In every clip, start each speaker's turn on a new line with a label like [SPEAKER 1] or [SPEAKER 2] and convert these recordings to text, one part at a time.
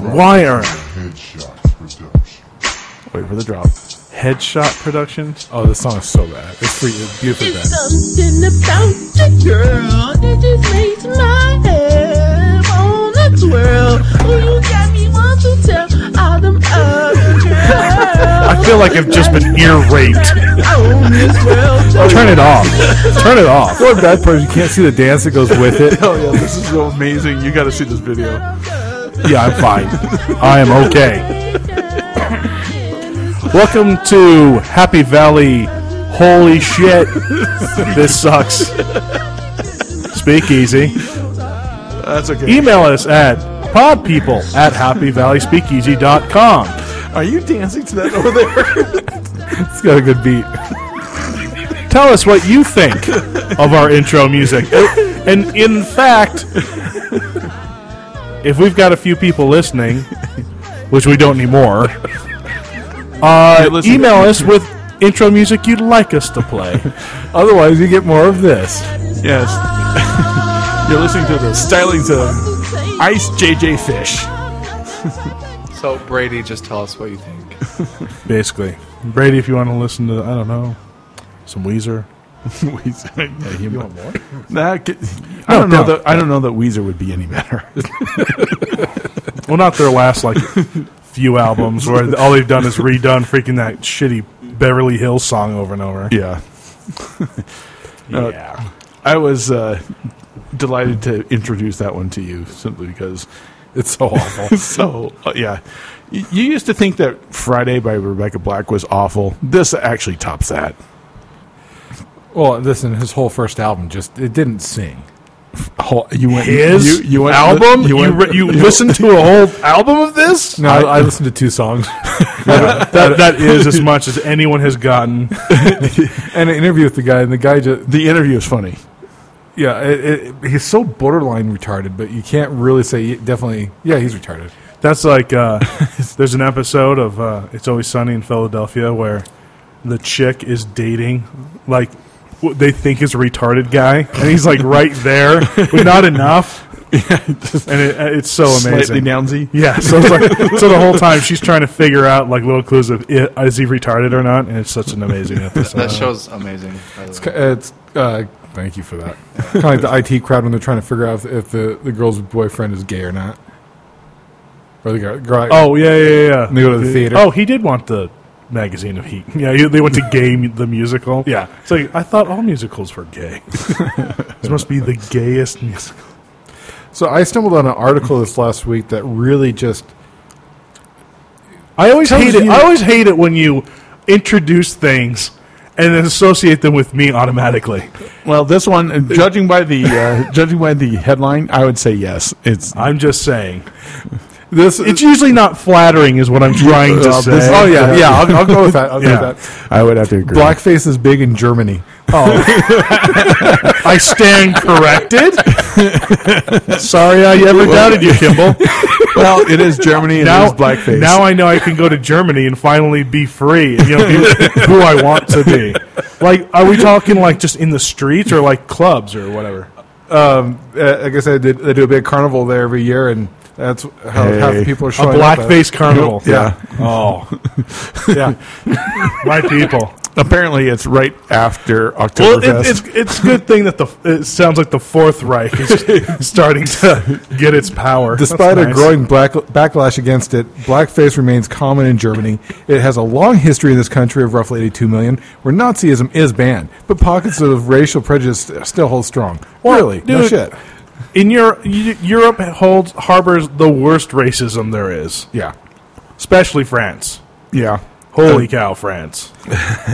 [SPEAKER 1] Liar.
[SPEAKER 2] Headshot Production.
[SPEAKER 1] Wait for the drop. Headshot Productions.
[SPEAKER 3] Oh, this song is so bad. It's free, it's beautifully
[SPEAKER 4] There's
[SPEAKER 3] bad.
[SPEAKER 4] something about the girl that just makes my head wanna twirl. Oh, you got me want to tell all them other girls.
[SPEAKER 1] I feel like I've just been ear raped.
[SPEAKER 4] Own this world.
[SPEAKER 1] Turn it off. Turn it off.
[SPEAKER 3] The bad part is you can't see the dance that goes with it.
[SPEAKER 1] Oh yeah, this is so amazing. You got to see this video.
[SPEAKER 3] Yeah, I'm fine.
[SPEAKER 1] I am okay. Welcome to Happy Valley. Holy shit, this sucks. Speak easy.
[SPEAKER 5] That's okay.
[SPEAKER 1] Email us at podpeople at happyvalleyspeakeasy.com.
[SPEAKER 5] Are you dancing to that over there?
[SPEAKER 3] It's got a good beat.
[SPEAKER 1] Tell us what you think of our intro music. And in fact, if we've got a few people listening, which we don't anymore, uh,
[SPEAKER 5] listening.
[SPEAKER 1] email us with intro music you'd like us to play.
[SPEAKER 3] Otherwise, you get more of this.
[SPEAKER 5] yes. You're listening to the stylings of Ice JJ Fish.
[SPEAKER 6] So Brady, just tell us what you think.
[SPEAKER 1] Uh, Basically, Brady, if you want to listen to, I don't know, some Weezer.
[SPEAKER 5] Weezer. Yeah, you
[SPEAKER 3] want more?
[SPEAKER 5] That could- I don't
[SPEAKER 1] No,
[SPEAKER 5] know
[SPEAKER 1] no.
[SPEAKER 5] that I don't know that Weezer would be any better.
[SPEAKER 1] Well, not their last like few albums where all they've done is redone freaking that shitty Beverly Hills song over and over.
[SPEAKER 5] yeah.
[SPEAKER 1] yeah.
[SPEAKER 5] I was uh, delighted to introduce that one to you simply because
[SPEAKER 3] It's so awful.
[SPEAKER 5] so uh, yeah. Y- You used to think that Friday by Rebecca Black was awful. This actually tops that.
[SPEAKER 3] Well, listen, his whole first album just it didn't sing.
[SPEAKER 5] Whole- You went
[SPEAKER 1] His
[SPEAKER 5] you, you went
[SPEAKER 1] album? You,
[SPEAKER 5] went-
[SPEAKER 1] re- you listened to a whole album of this?
[SPEAKER 3] No, I, I listened to two songs
[SPEAKER 1] that, that is as much as anyone has gotten.
[SPEAKER 3] and an interview with the guy, and the guy just
[SPEAKER 5] The interview is funny.
[SPEAKER 3] yeah, it, it, he's so borderline retarded, but you can't really say definitely. Yeah, he's retarded.
[SPEAKER 1] That's like uh, there's an episode of uh, It's Always Sunny in Philadelphia where the chick is dating like what they think is a retarded guy, and he's like right there, but not enough. and it, uh, it's so
[SPEAKER 5] Slightly
[SPEAKER 1] amazing.
[SPEAKER 5] nounsy.
[SPEAKER 1] Yeah, so it's like so the whole time she's trying to figure out like little clues of i- is he retarded or not, and it's such an amazing episode.
[SPEAKER 6] That show's amazing. By the
[SPEAKER 3] It's,
[SPEAKER 6] way.
[SPEAKER 3] uh, it's uh, thank you for that. kind of like the IT crowd when they're trying to figure out if, if the, the girl's boyfriend is gay or not, or the girl. girl
[SPEAKER 1] Oh yeah, yeah, yeah, yeah.
[SPEAKER 3] And they go to the theater.
[SPEAKER 1] Oh, he did want the magazine of Heat. Yeah, he- they went to Gay mu- the musical.
[SPEAKER 3] Yeah.
[SPEAKER 1] it's like I thought all musicals were gay. this must be the gayest musical.
[SPEAKER 3] So I stumbled on an article this last week that really just
[SPEAKER 1] I always
[SPEAKER 3] Tells
[SPEAKER 1] hate it.
[SPEAKER 3] you-
[SPEAKER 1] I always hate it when you introduce things and then associate them with me automatically.
[SPEAKER 5] Well, this one, uh, judging by the uh, judging by the headline, I would say yes. It's
[SPEAKER 1] I'm just saying.
[SPEAKER 3] this.
[SPEAKER 1] It's usually not flattering, is what I'm trying to
[SPEAKER 5] Uh,
[SPEAKER 1] say.
[SPEAKER 5] this-
[SPEAKER 3] oh yeah, yeah. I'll, I'll go with that. I'll
[SPEAKER 1] Yeah.
[SPEAKER 3] go with that.
[SPEAKER 5] I would have to agree.
[SPEAKER 3] Blackface is big in Germany.
[SPEAKER 1] Oh. I stand corrected. Sorry, I ever doubted you, Kimball.
[SPEAKER 5] well, it is Germany and it is blackface.
[SPEAKER 1] Now I know I can go to Germany and finally be free and you know, be who I want to be. Like, are we talking like just in the streets or like clubs or whatever?
[SPEAKER 3] Uh, like I said, they, they do a big carnival there every year, and that's how half the
[SPEAKER 5] Hey.
[SPEAKER 3] people are
[SPEAKER 1] A
[SPEAKER 3] showing up at.
[SPEAKER 1] blackface carnival.
[SPEAKER 5] yeah.
[SPEAKER 1] Oh, yeah. My people.
[SPEAKER 5] Apparently, it's right after
[SPEAKER 1] Well,
[SPEAKER 5] Oktoberfest.
[SPEAKER 1] it, it's it's good thing that the it sounds like the Fourth Reich is starting to get its power,
[SPEAKER 3] Despite
[SPEAKER 1] That's
[SPEAKER 3] a
[SPEAKER 1] nice.
[SPEAKER 3] growing black, backlash against it, blackface remains common in Germany. It has a long history in this country of roughly 82 million, where Nazism is banned, but pockets of racial prejudice still hold strong. really? no
[SPEAKER 1] dude,
[SPEAKER 3] shit.
[SPEAKER 1] in Europe, Europe holds harbors the worst racism there is,
[SPEAKER 3] Yeah.
[SPEAKER 1] especially France.
[SPEAKER 3] Yeah.
[SPEAKER 1] Holy cow, France!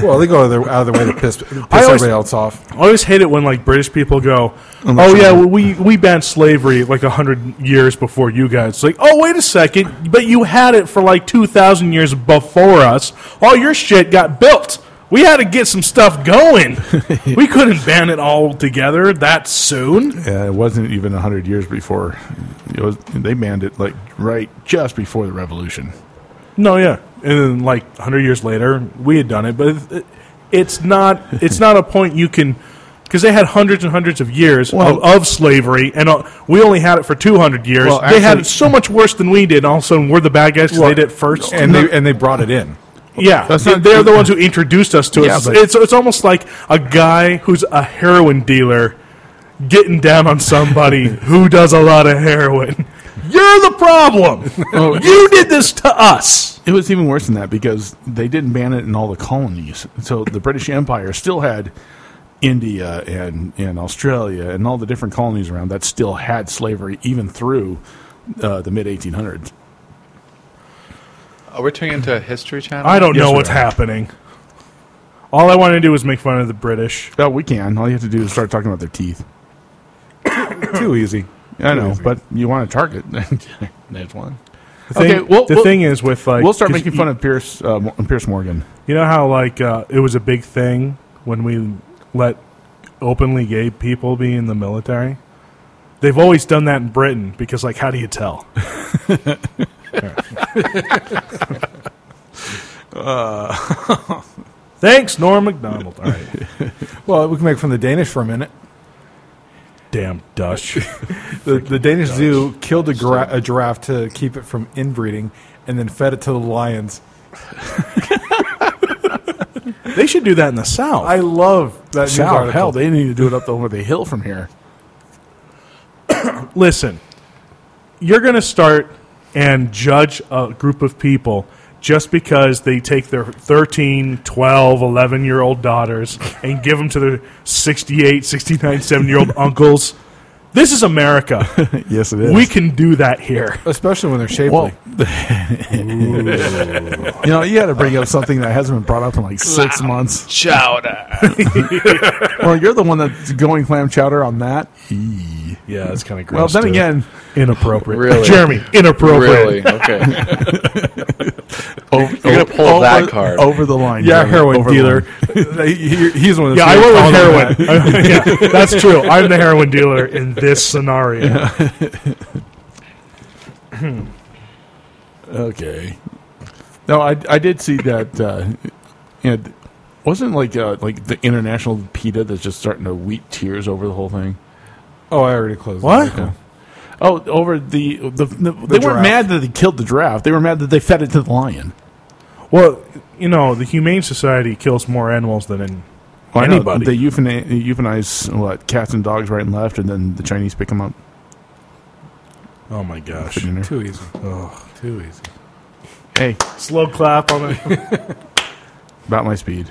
[SPEAKER 3] Well, they go out of their, out of their way to piss, piss
[SPEAKER 1] always-
[SPEAKER 3] everybody else off.
[SPEAKER 1] I always hate it when like British people go, "Oh yeah, well, we we banned slavery like a hundred years before you guys." It's like, oh wait a second, but you had it for like two thousand years before us. All your shit got built. We had to get some stuff going. we couldn't ban it all together that soon.
[SPEAKER 5] Uh, it wasn't even hundred years before. It was they banned it like right just before the revolution.
[SPEAKER 1] No, yeah, and then like hundred years later, we had done it, but it, it's not it's not a point you can because they had hundreds and hundreds of years
[SPEAKER 5] Well-
[SPEAKER 1] of, of slavery, and uh, we only had it for 200 years.
[SPEAKER 5] Well,
[SPEAKER 1] they had
[SPEAKER 5] actually-
[SPEAKER 1] it so much worse than we did, and all of a sudden we're the bad guys 'cause
[SPEAKER 3] Well,
[SPEAKER 1] they did it first.
[SPEAKER 3] and they and they brought it in.
[SPEAKER 1] yeah,
[SPEAKER 5] That's
[SPEAKER 1] they-
[SPEAKER 5] not-
[SPEAKER 1] they're the ones who introduced us to it.
[SPEAKER 5] Yeah,
[SPEAKER 1] it's,
[SPEAKER 5] but-
[SPEAKER 1] it's, it's almost like a guy who's a heroin dealer getting down on somebody who does a lot of heroin. You're the problem.
[SPEAKER 5] Oh.
[SPEAKER 1] you did this to us.
[SPEAKER 5] It was even worse than that because they didn't ban it in all the colonies. So the British Empire still had India and, and Australia and all the different colonies around that still had slavery even through uh, the mid 1800s.
[SPEAKER 6] Are we turning into a history channel?
[SPEAKER 1] I don't
[SPEAKER 5] Yes,
[SPEAKER 1] know
[SPEAKER 5] we
[SPEAKER 1] what's
[SPEAKER 5] are.
[SPEAKER 1] happening. All I want to do is make fun of the British.
[SPEAKER 5] Oh, we can. All you have to do is start talking about their teeth.
[SPEAKER 3] Too easy.
[SPEAKER 5] I know,
[SPEAKER 3] Easy.
[SPEAKER 5] but you want to target. There's one.
[SPEAKER 1] The thing,
[SPEAKER 5] Okay, well-
[SPEAKER 1] the
[SPEAKER 5] well-
[SPEAKER 1] thing is with like
[SPEAKER 5] we'll start
[SPEAKER 1] 'cause
[SPEAKER 5] making
[SPEAKER 1] you-
[SPEAKER 5] fun of Pierce uh, Mo- Pierce Morgan.
[SPEAKER 1] You know how like uh, it was a big thing when we let openly gay people be in the military. They've always done that in Britain because, like, how do you tell? Thanks, Norm Macdonald. All right,
[SPEAKER 3] Well, we can make fun of the Danish for a minute.
[SPEAKER 1] damn Dutch.
[SPEAKER 3] The, the Danish zoo killed a, gira- a giraffe to keep it from inbreeding, and then fed it to the lions.
[SPEAKER 1] They should do that in the South.
[SPEAKER 3] I love that news
[SPEAKER 5] South,
[SPEAKER 3] article.
[SPEAKER 5] hell, they need to do it up over the hill from here.
[SPEAKER 1] listen, you're going to start and judge a group of people just because they take their 13, 12, 11 year old daughters and give them to their 68, 69, 7 year old uncles. This is America.
[SPEAKER 5] Yes, it
[SPEAKER 1] we can do that here.
[SPEAKER 3] especially when they're shapely.
[SPEAKER 5] Well, you know, you got to bring up something that hasn't been brought up in like six months.
[SPEAKER 6] Chowder.
[SPEAKER 5] Well, you're the one that's going clam chowder on that.
[SPEAKER 1] Yeah, that's kind of gross.
[SPEAKER 5] Well, then again,
[SPEAKER 1] inappropriate.
[SPEAKER 6] Really?
[SPEAKER 1] Jeremy, inappropriate.
[SPEAKER 6] Really? Okay.
[SPEAKER 1] Oh,
[SPEAKER 5] you're
[SPEAKER 6] gonna pull that card.
[SPEAKER 5] over the line.
[SPEAKER 1] Yeah,
[SPEAKER 5] Jeremy,
[SPEAKER 1] heroin
[SPEAKER 5] over the
[SPEAKER 1] dealer.
[SPEAKER 5] line.
[SPEAKER 3] He- he's one of the
[SPEAKER 1] Yeah, I went with heroin. yeah, that's true. I'm the heroin dealer in this scenario.
[SPEAKER 5] Okay. No, I I did see that. Uh, it wasn't like uh, like the international PETA that's just starting to weep tears over the whole thing.
[SPEAKER 3] Oh, I already closed. the
[SPEAKER 1] What?
[SPEAKER 3] article.
[SPEAKER 5] Oh, over the the, the they
[SPEAKER 3] giraffe.
[SPEAKER 5] weren't mad that they killed the giraffe. They were mad that they fed it to the lion.
[SPEAKER 1] Well, you know, the Humane Society kills more animals than in
[SPEAKER 5] I know
[SPEAKER 1] anybody.
[SPEAKER 5] They euthanize, euthanize what cats and dogs right and left, and then the Chinese pick them up.
[SPEAKER 1] oh my gosh!
[SPEAKER 5] for dinner.
[SPEAKER 3] Too easy. Oh, too easy.
[SPEAKER 5] Hey,
[SPEAKER 1] Slow clap on it.
[SPEAKER 5] about my speed.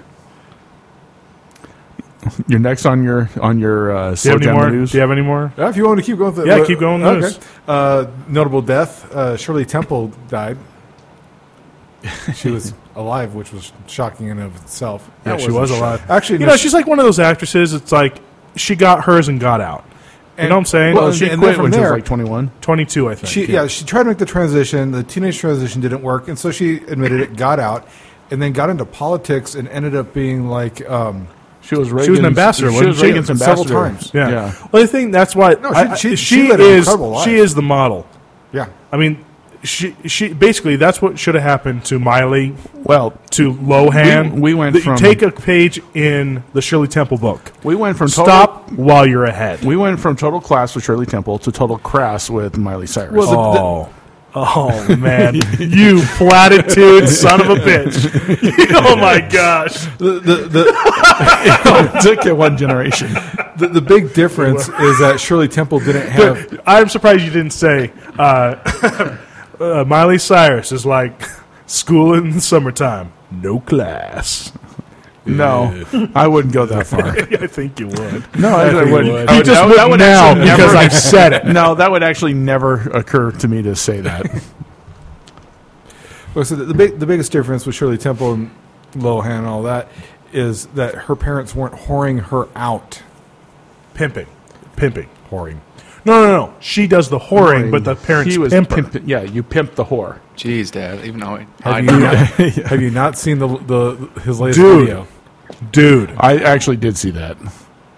[SPEAKER 5] You're next on your on your uh,
[SPEAKER 1] Do you
[SPEAKER 5] slow
[SPEAKER 1] have any
[SPEAKER 5] down the
[SPEAKER 1] more?
[SPEAKER 5] news.
[SPEAKER 1] Do you have any more?
[SPEAKER 3] Yeah, Uh, if you want to keep going, with it-
[SPEAKER 1] Yeah, keep going with this.
[SPEAKER 3] Uh, notable death: uh, Shirley Temple died. She was alive, which was shocking in and of itself.
[SPEAKER 1] Yeah, she was alive.
[SPEAKER 3] Actually,
[SPEAKER 1] You
[SPEAKER 3] no,
[SPEAKER 1] know, she's like one of those actresses. It's like she got hers and got out. you know what I'm saying?
[SPEAKER 5] well,
[SPEAKER 3] and-
[SPEAKER 5] she
[SPEAKER 3] and then
[SPEAKER 5] quit
[SPEAKER 3] from
[SPEAKER 5] when she was
[SPEAKER 3] there-
[SPEAKER 5] like 21.
[SPEAKER 1] 22, I think.
[SPEAKER 3] she yeah, she tried to make the transition. The teenage transition didn't work, and so she admitted it, got out, and then got into politics and ended up being like. Um,
[SPEAKER 5] She was Reagan's,
[SPEAKER 1] was an ambassador,
[SPEAKER 5] She
[SPEAKER 1] wasn't
[SPEAKER 5] was
[SPEAKER 1] she?
[SPEAKER 5] Reagan's
[SPEAKER 3] Several
[SPEAKER 5] ambassador
[SPEAKER 3] times.
[SPEAKER 1] yeah.
[SPEAKER 5] yeah.
[SPEAKER 1] Well, I think that's why
[SPEAKER 3] she-
[SPEAKER 1] I- I-
[SPEAKER 3] she-
[SPEAKER 1] she,
[SPEAKER 3] she led an
[SPEAKER 1] is
[SPEAKER 3] incredible life.
[SPEAKER 1] she is the model.
[SPEAKER 3] yeah,
[SPEAKER 1] I mean, she she basically that's what should have happened to Miley
[SPEAKER 5] Well,
[SPEAKER 1] to Lohan.
[SPEAKER 5] We- we went
[SPEAKER 1] That you
[SPEAKER 5] from-
[SPEAKER 1] take a page in the Shirley Temple book.
[SPEAKER 5] we went from total,
[SPEAKER 1] Stop while you're ahead.
[SPEAKER 5] We went from total class with Shirley Temple to total crass with Miley Cyrus.
[SPEAKER 1] Oh. Oh man, you platitude son of a bitch! oh my gosh!
[SPEAKER 3] the the, the,
[SPEAKER 5] Oh. it took it one generation.
[SPEAKER 3] the, the big difference is that Shirley Temple didn't have
[SPEAKER 1] I'm surprised you didn't say uh, uh, Miley Cyrus is like school in the summertime, no class.
[SPEAKER 5] No, I wouldn't go that far.
[SPEAKER 1] I think you would.
[SPEAKER 5] No, I,
[SPEAKER 3] think
[SPEAKER 5] wouldn't.
[SPEAKER 3] you would.
[SPEAKER 5] I
[SPEAKER 1] You
[SPEAKER 5] would-
[SPEAKER 1] just
[SPEAKER 5] that would-
[SPEAKER 1] would Oh,
[SPEAKER 5] that would
[SPEAKER 1] now
[SPEAKER 5] actually never-
[SPEAKER 1] because I said it.
[SPEAKER 5] No, that would actually never occur to me to say that.
[SPEAKER 3] Well, so the, the, big, the biggest difference with Shirley Temple and Lohan and all that is that her parents weren't whoring her out.
[SPEAKER 1] Pimping, pimping, whoring. No, no, no. She does the whoring, but the parents
[SPEAKER 5] He was
[SPEAKER 1] pimp her.
[SPEAKER 5] pimping- Yeah, you pimped the whore.
[SPEAKER 6] Jeez, Dad. Even though I, I
[SPEAKER 3] Have you,
[SPEAKER 6] know
[SPEAKER 3] not, have you not seen the, the his latest
[SPEAKER 1] Dude.
[SPEAKER 3] video?
[SPEAKER 1] dude.
[SPEAKER 5] I actually did see that,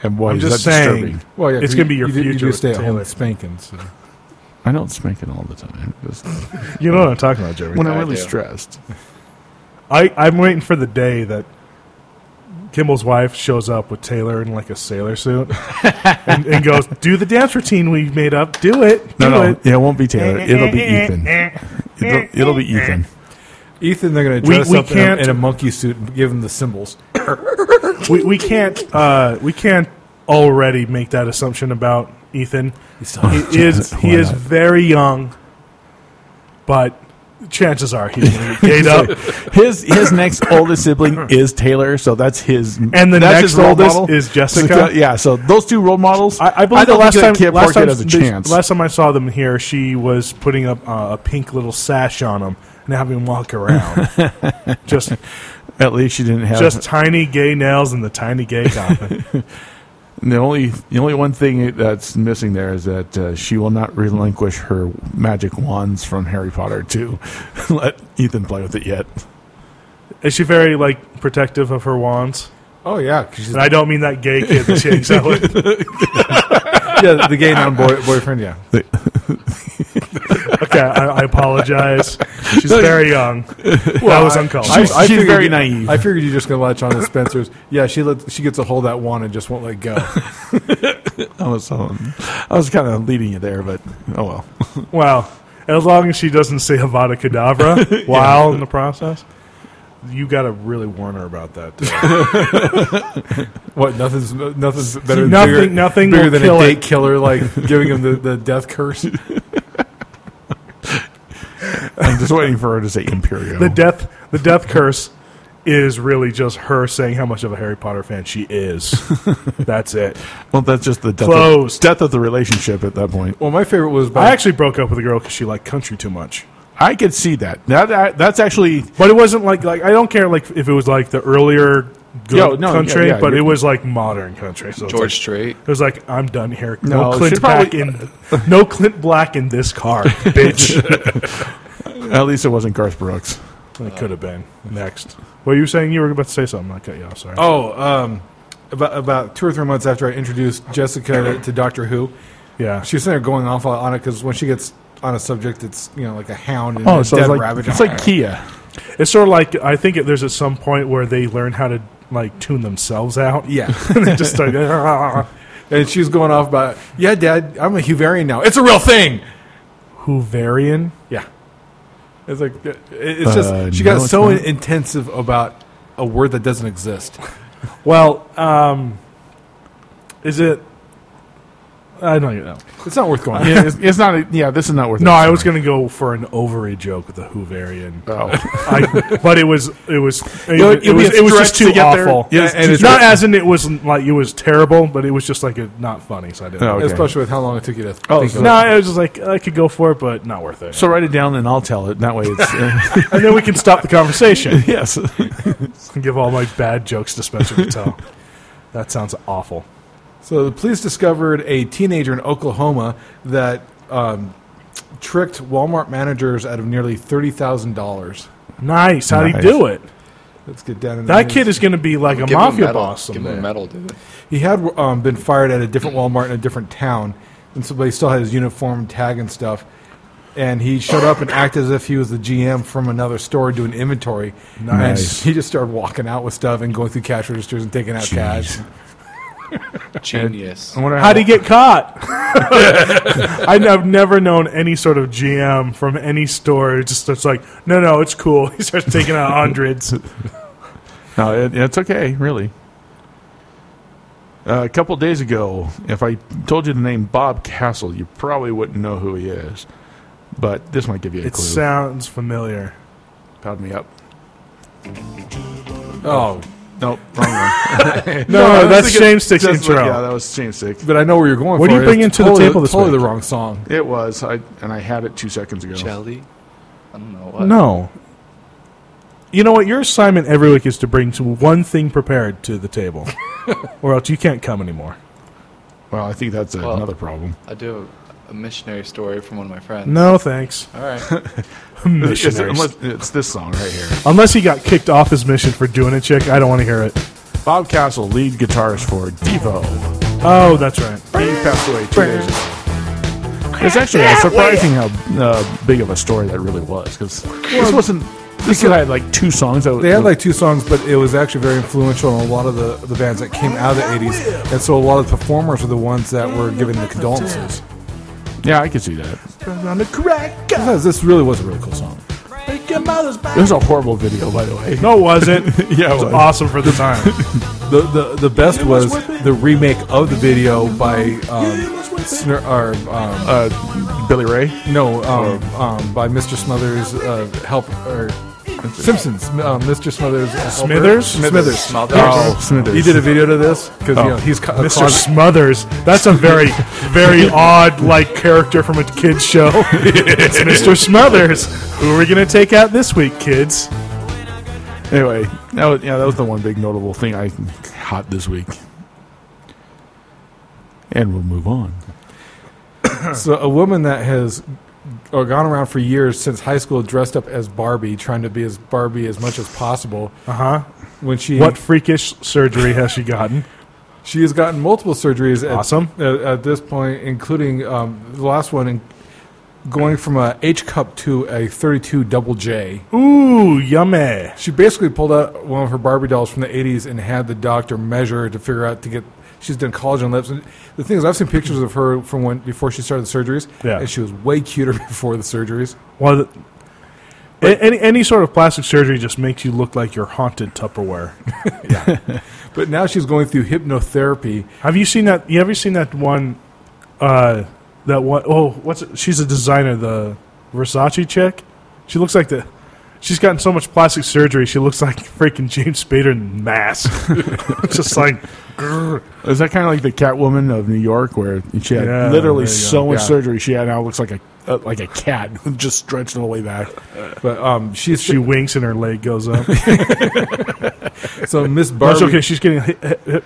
[SPEAKER 5] and boy,
[SPEAKER 1] I'm
[SPEAKER 5] is
[SPEAKER 1] just
[SPEAKER 5] that
[SPEAKER 1] saying.
[SPEAKER 5] disturbing.
[SPEAKER 3] Well, yeah,
[SPEAKER 1] It's
[SPEAKER 3] 'cause
[SPEAKER 1] gonna be your
[SPEAKER 3] you, do- You
[SPEAKER 1] future
[SPEAKER 3] do stay at
[SPEAKER 1] Taylor.
[SPEAKER 3] home spanking. So.
[SPEAKER 5] I don't spank it all the time. Just
[SPEAKER 1] You know what I'm talking about, Jeremy?
[SPEAKER 5] when I'm
[SPEAKER 6] I
[SPEAKER 5] really
[SPEAKER 6] do.
[SPEAKER 5] stressed.
[SPEAKER 1] I, I'm waiting for the day that Kimball's wife shows up with Taylor in like a sailor suit and, and goes, "Do the dance routine we made up. Do it.
[SPEAKER 5] No,
[SPEAKER 1] Do
[SPEAKER 5] no,
[SPEAKER 1] it."
[SPEAKER 5] it won't be Taylor. It'll be Ethan. It'll, it'll be Ethan.
[SPEAKER 3] Ethan, they're going to
[SPEAKER 1] We-
[SPEAKER 3] dress
[SPEAKER 1] we
[SPEAKER 3] up in a,
[SPEAKER 1] can't-
[SPEAKER 3] in a monkey suit and give him the symbols.
[SPEAKER 1] We, we can't uh, we can't already make that assumption about Ethan. He is he is very young, but chances are he's going to be gayed up.
[SPEAKER 5] His his next oldest sibling is Taylor, so that's his.
[SPEAKER 1] And the next
[SPEAKER 5] that's his role
[SPEAKER 1] oldest
[SPEAKER 5] model.
[SPEAKER 1] is Jessica.
[SPEAKER 5] yeah, so those two role models.
[SPEAKER 1] I, I believe the
[SPEAKER 5] don't
[SPEAKER 1] last
[SPEAKER 5] think
[SPEAKER 1] time,
[SPEAKER 5] that kid,
[SPEAKER 1] last
[SPEAKER 5] poor kid
[SPEAKER 1] time
[SPEAKER 5] has a
[SPEAKER 1] they-
[SPEAKER 5] chance.
[SPEAKER 1] last time I saw them here, she was putting up uh, a pink little sash on him and having him walk around. just
[SPEAKER 5] At least she didn't have
[SPEAKER 1] just tiny gay nails and the tiny gay coffin.
[SPEAKER 5] And The only the only one thing that's missing there is that uh, she will not relinquish her magic wands from Harry Potter to let Ethan play with it yet.
[SPEAKER 1] Is she very like protective of her wands?
[SPEAKER 3] Oh yeah, 'cause she's-
[SPEAKER 1] And I don't mean that gay kid that she hangs out with.
[SPEAKER 3] yeah, the gay non boy, boyfriend. Yeah,
[SPEAKER 1] Okay, I, I apologize. She's very young. that was uncalled.
[SPEAKER 5] I- She's-
[SPEAKER 1] for.
[SPEAKER 5] she's
[SPEAKER 3] figured
[SPEAKER 5] very
[SPEAKER 3] you-
[SPEAKER 5] naive.
[SPEAKER 3] I figured you're just going to latch on to Spencer's. Yeah, she let, she gets a hold of that one and just won't let go.
[SPEAKER 5] I was um, I was kind of leading you there, but oh well.
[SPEAKER 1] Well, as long as she doesn't say Havada Kedavra while in the process, you got to really warn her about that. too.
[SPEAKER 3] What? Nothing's nothing's better. than
[SPEAKER 1] Nothing-
[SPEAKER 3] bigger,
[SPEAKER 1] nothing
[SPEAKER 3] bigger
[SPEAKER 1] will
[SPEAKER 3] than
[SPEAKER 1] kill
[SPEAKER 3] a date
[SPEAKER 1] it.
[SPEAKER 3] killer like giving him the, the death curse.
[SPEAKER 5] I'm just waiting for her to say Imperial.
[SPEAKER 1] the death the death curse is really just her saying how much of a Harry Potter fan she is. That's it.
[SPEAKER 5] well, that's just the death
[SPEAKER 1] Closed.
[SPEAKER 5] of, death of the relationship at that point.
[SPEAKER 3] Well, my favorite was
[SPEAKER 1] I
[SPEAKER 3] by
[SPEAKER 1] actually broke up with a girl because she liked country too much.
[SPEAKER 5] I could see that. That I, that's actually
[SPEAKER 1] But it wasn't like like I don't care like if it was like the earlier good
[SPEAKER 5] Yo, no,
[SPEAKER 1] country,
[SPEAKER 5] yeah, yeah,
[SPEAKER 1] but
[SPEAKER 5] you're-
[SPEAKER 1] it was like modern country. So it's like-
[SPEAKER 6] George Strait.
[SPEAKER 1] It was like I'm done here. No,
[SPEAKER 5] No, she
[SPEAKER 1] Clint Black
[SPEAKER 5] probably-
[SPEAKER 1] in no Clint Black in this car, bitch.
[SPEAKER 5] at least it wasn't Garth Brooks.
[SPEAKER 1] it could have been next. Well, you were saying you were about to say something. I cut you off. Sorry.
[SPEAKER 3] oh um about about two or three months after I introduced Jessica to Doctor Who,
[SPEAKER 1] yeah.
[SPEAKER 3] she was sitting there going off on it because when she gets on a subject, it's you know like a hound and
[SPEAKER 5] Oh,
[SPEAKER 3] a
[SPEAKER 5] so
[SPEAKER 3] dead
[SPEAKER 5] it's like,
[SPEAKER 3] rabbit.
[SPEAKER 5] it's like Kia.
[SPEAKER 1] It's sort of like I think it, there's at some point where they learn how to like tune themselves out.
[SPEAKER 3] Yeah.
[SPEAKER 1] and they just start. "Ah."
[SPEAKER 3] and she's going off about yeah, Dad, I'm a Huvarian now. It's a real thing.
[SPEAKER 1] Huvarian.
[SPEAKER 3] Yeah. It's like it- it's just
[SPEAKER 5] Uh,
[SPEAKER 3] she
[SPEAKER 5] no,
[SPEAKER 3] got
[SPEAKER 5] it's
[SPEAKER 3] so
[SPEAKER 5] not.
[SPEAKER 3] intensive about a word that doesn't exist.
[SPEAKER 1] Well, um, is it? I don't even know.
[SPEAKER 3] It's not worth going.
[SPEAKER 5] Yeah, it's, it's not. A, yeah, this is not worth.
[SPEAKER 1] No,
[SPEAKER 5] it.
[SPEAKER 1] I was going to go for an ovary joke with the Huvarian,
[SPEAKER 5] Oh.
[SPEAKER 1] I, but it was it was it,
[SPEAKER 5] It'll-
[SPEAKER 1] it
[SPEAKER 5] it'll be
[SPEAKER 1] was
[SPEAKER 5] a
[SPEAKER 1] it was
[SPEAKER 5] stretch
[SPEAKER 1] just
[SPEAKER 5] to
[SPEAKER 1] too
[SPEAKER 5] get there.
[SPEAKER 1] awful.
[SPEAKER 5] Yeah, and it's-
[SPEAKER 1] not as in it was like it was terrible, but it was just like a, not funny. So I didn't.
[SPEAKER 5] Oh, okay.
[SPEAKER 3] Especially with how long it took you to
[SPEAKER 5] Oh,
[SPEAKER 3] think
[SPEAKER 5] so-
[SPEAKER 3] of
[SPEAKER 1] No,
[SPEAKER 3] it.
[SPEAKER 1] I was just like I could go for it, but not worth it.
[SPEAKER 5] So write it down and I'll tell it. That way, it's uh,
[SPEAKER 1] and then we can stop the conversation.
[SPEAKER 5] yes.
[SPEAKER 1] and give all my bad jokes to Spencer Patel. that sounds awful.
[SPEAKER 3] So the police discovered a teenager in Oklahoma that um, tricked Walmart managers out of nearly thirty thousand dollars.
[SPEAKER 1] Nice. How do you
[SPEAKER 5] Nice.
[SPEAKER 1] do it?
[SPEAKER 3] Let's get down. in the
[SPEAKER 1] That
[SPEAKER 3] news.
[SPEAKER 1] kid is going to be like a
[SPEAKER 6] Give him
[SPEAKER 1] mafia
[SPEAKER 6] medal.
[SPEAKER 1] boss
[SPEAKER 6] Give him a
[SPEAKER 1] someday.
[SPEAKER 6] medal, dude.
[SPEAKER 3] he had um, been fired at a different Walmart in a different town, and so but he still had his uniform tag and stuff. And he showed up and acted as if he was the GM from another store doing inventory.
[SPEAKER 5] Nice.
[SPEAKER 3] And he just started walking out with stuff and going through cash registers and taking out cash.
[SPEAKER 6] Genius.
[SPEAKER 5] wonder
[SPEAKER 1] How'd he get caught? I n- I've never known any sort of GM from any store. It's just it's like, no, no, it's cool. He starts taking out hundreds.
[SPEAKER 5] No, it, it's okay, really. Uh, a couple days ago, if I told you the name Bob Castle, you probably wouldn't know who he is. But this might give you a
[SPEAKER 1] It
[SPEAKER 5] clue.
[SPEAKER 1] sounds familiar.
[SPEAKER 5] Pound me up.
[SPEAKER 3] Oh,
[SPEAKER 5] Nope, wrong one.
[SPEAKER 1] No, no, that's Shane Stick's
[SPEAKER 5] That's what-
[SPEAKER 1] intro.
[SPEAKER 5] yeah, that was Shane Stick.
[SPEAKER 3] but I know where you're going.
[SPEAKER 1] What
[SPEAKER 3] for
[SPEAKER 1] are you
[SPEAKER 3] it.
[SPEAKER 1] bringing
[SPEAKER 3] It's
[SPEAKER 1] to the
[SPEAKER 3] totally-
[SPEAKER 1] table this
[SPEAKER 3] Totally
[SPEAKER 1] week?
[SPEAKER 3] the wrong song.
[SPEAKER 5] It was, I and I had it two seconds ago.
[SPEAKER 6] Jelly. I don't know what.
[SPEAKER 1] no. You know what? Your assignment every week is to bring to one thing prepared to the table, or else you can't come anymore.
[SPEAKER 5] Well, I think that's a,
[SPEAKER 6] Well-
[SPEAKER 5] another problem.
[SPEAKER 6] I do a missionary story from one of my friends.
[SPEAKER 1] No, thanks.
[SPEAKER 6] All right.
[SPEAKER 5] It's, it's-
[SPEAKER 1] Missionaries.
[SPEAKER 5] unless, it's this song right here.
[SPEAKER 1] Unless he got kicked off his mission for doing a chick, I don't want to hear it.
[SPEAKER 5] Bob Castle, lead guitarist for Devo.
[SPEAKER 1] Oh, that's right.
[SPEAKER 5] He passed away two days ago. It's actually surprising how uh, big of a story that really was because this wasn't This guy had like two songs. That
[SPEAKER 3] They had like two songs, but it was actually very influential on a lot of the, the bands that came out of the 80s. And so a lot of the performers were the ones that were giving the condolences.
[SPEAKER 5] yeah, I could see that.
[SPEAKER 1] On the crack.
[SPEAKER 3] Because this really was a really cool song.
[SPEAKER 5] It was a horrible video, by the way.
[SPEAKER 1] No, it wasn't.
[SPEAKER 5] Yeah, it
[SPEAKER 1] it was
[SPEAKER 5] was.
[SPEAKER 1] awesome for the time.
[SPEAKER 3] The the, the best was the remake of the video by um, Snur, or, um,
[SPEAKER 5] Uh, Billy Ray.
[SPEAKER 3] no um, um, by Mr. Smothers uh, help or Simpsons uh, Mr. Smothers uh, helper.
[SPEAKER 1] Smithers?
[SPEAKER 3] Smithers Uh,
[SPEAKER 6] Smothers.
[SPEAKER 5] Oh, Smithers.
[SPEAKER 3] He did a video to this because you know he's co- a
[SPEAKER 1] Mr.
[SPEAKER 3] closet-
[SPEAKER 1] Smothers. That's a very, very odd like character from a kid's show. it's Mr. Smothers. Who are we gonna take out this week, kids?
[SPEAKER 5] Anyway, that was, yeah, that was the one big notable thing I hot this week. And we'll move on.
[SPEAKER 3] So a woman that has or gone around for years since high school dressed up as Barbie, trying to be as Barbie as much as possible.
[SPEAKER 1] Uh huh.
[SPEAKER 3] When she
[SPEAKER 1] What freakish surgery has she gotten?
[SPEAKER 3] she has gotten multiple surgeries. At,
[SPEAKER 1] Awesome.
[SPEAKER 3] At, at this point, including um, the last one, in, going from a H cup to a 32 double J.
[SPEAKER 1] Ooh, yummy.
[SPEAKER 3] She basically pulled out one of her Barbie dolls from the 80s and had the doctor measure her to figure out to get. She's done collagen lips. And the thing is, I've seen pictures of her from when before she started the surgeries,
[SPEAKER 1] Yeah.
[SPEAKER 3] and she was way cuter before the surgeries.
[SPEAKER 1] Well, th- a- any any sort of plastic surgery just makes you look like you're haunted Tupperware.
[SPEAKER 3] But now she's going through hypnotherapy.
[SPEAKER 1] Have you seen that? You ever seen that one? Uh, that one oh what's it? she's a designer, the Versace chick. She looks like the. She's gotten so much plastic surgery. She looks like freaking James Spader in mask. Just like
[SPEAKER 5] Is that kind of like the Catwoman of New York, where she had
[SPEAKER 1] Yeah,
[SPEAKER 5] literally
[SPEAKER 1] there you
[SPEAKER 5] so
[SPEAKER 1] go.
[SPEAKER 5] much
[SPEAKER 1] Yeah.
[SPEAKER 5] surgery she had now looks like a uh, like a cat just stretched all the way back.
[SPEAKER 3] But um, she's
[SPEAKER 1] she winks and her leg goes up.
[SPEAKER 3] so Miss Barbie
[SPEAKER 1] That's okay. She's getting hi- hi- hi-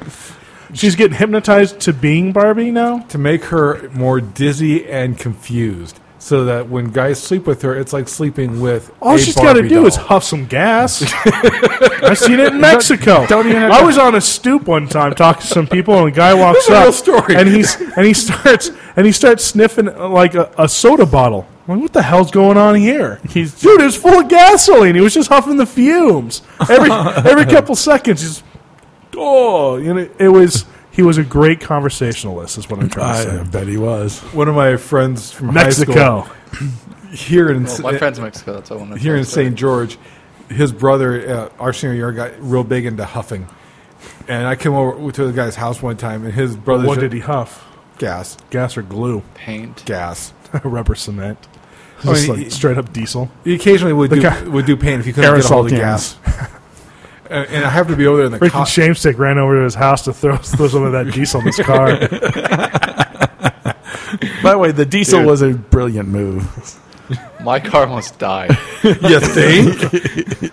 [SPEAKER 1] she's getting hypnotized to being Barbie now.
[SPEAKER 3] to make her more dizzy and confused, so that when guys sleep with her, it's like sleeping with.
[SPEAKER 1] All
[SPEAKER 3] a
[SPEAKER 1] she's got
[SPEAKER 3] Barbie
[SPEAKER 1] to do
[SPEAKER 3] doll.
[SPEAKER 1] is huff some gas. I've seen it in Mexico.
[SPEAKER 5] don't even have
[SPEAKER 1] I
[SPEAKER 5] to-
[SPEAKER 1] was on a stoop one time talking to some people, and a guy walks
[SPEAKER 3] This is a
[SPEAKER 1] up,
[SPEAKER 3] real story.
[SPEAKER 1] and he's and he starts and he starts sniffing uh, like a, a soda bottle. I'm like, what the hell's going on here?
[SPEAKER 5] He's-
[SPEAKER 1] dude, it's full of gasoline. He was just huffing the fumes every every couple seconds. He's oh, you know, it was. He was a great conversationalist, is what I'm trying to say.
[SPEAKER 5] bet he was.
[SPEAKER 3] One of my friends from high
[SPEAKER 1] Mexico.
[SPEAKER 3] school here in
[SPEAKER 6] Well, Oh, my friend's Mexico. That's what I want to
[SPEAKER 3] here in St. George, his brother, uh, our senior year, got real big into huffing. And I came over to the guy's house one time, and his brother
[SPEAKER 1] What did he huff?
[SPEAKER 3] gas,
[SPEAKER 1] Gas or glue?
[SPEAKER 6] Paint.
[SPEAKER 3] gas.
[SPEAKER 1] Rubber cement.
[SPEAKER 3] I
[SPEAKER 1] Just
[SPEAKER 3] mean,
[SPEAKER 1] like
[SPEAKER 3] he-
[SPEAKER 1] straight up diesel.
[SPEAKER 3] He occasionally would do,
[SPEAKER 1] guy-
[SPEAKER 3] would do paint if he couldn't get a hold of
[SPEAKER 5] Aerosol
[SPEAKER 3] gas. and, and I happened to be over there in the
[SPEAKER 1] Freaking
[SPEAKER 3] cop-
[SPEAKER 1] Shamestick ran over to his house to throw, throw some of that diesel in his car.
[SPEAKER 5] By the way, the diesel
[SPEAKER 6] Dude.
[SPEAKER 5] was a brilliant move.
[SPEAKER 6] My car almost died.
[SPEAKER 3] You think?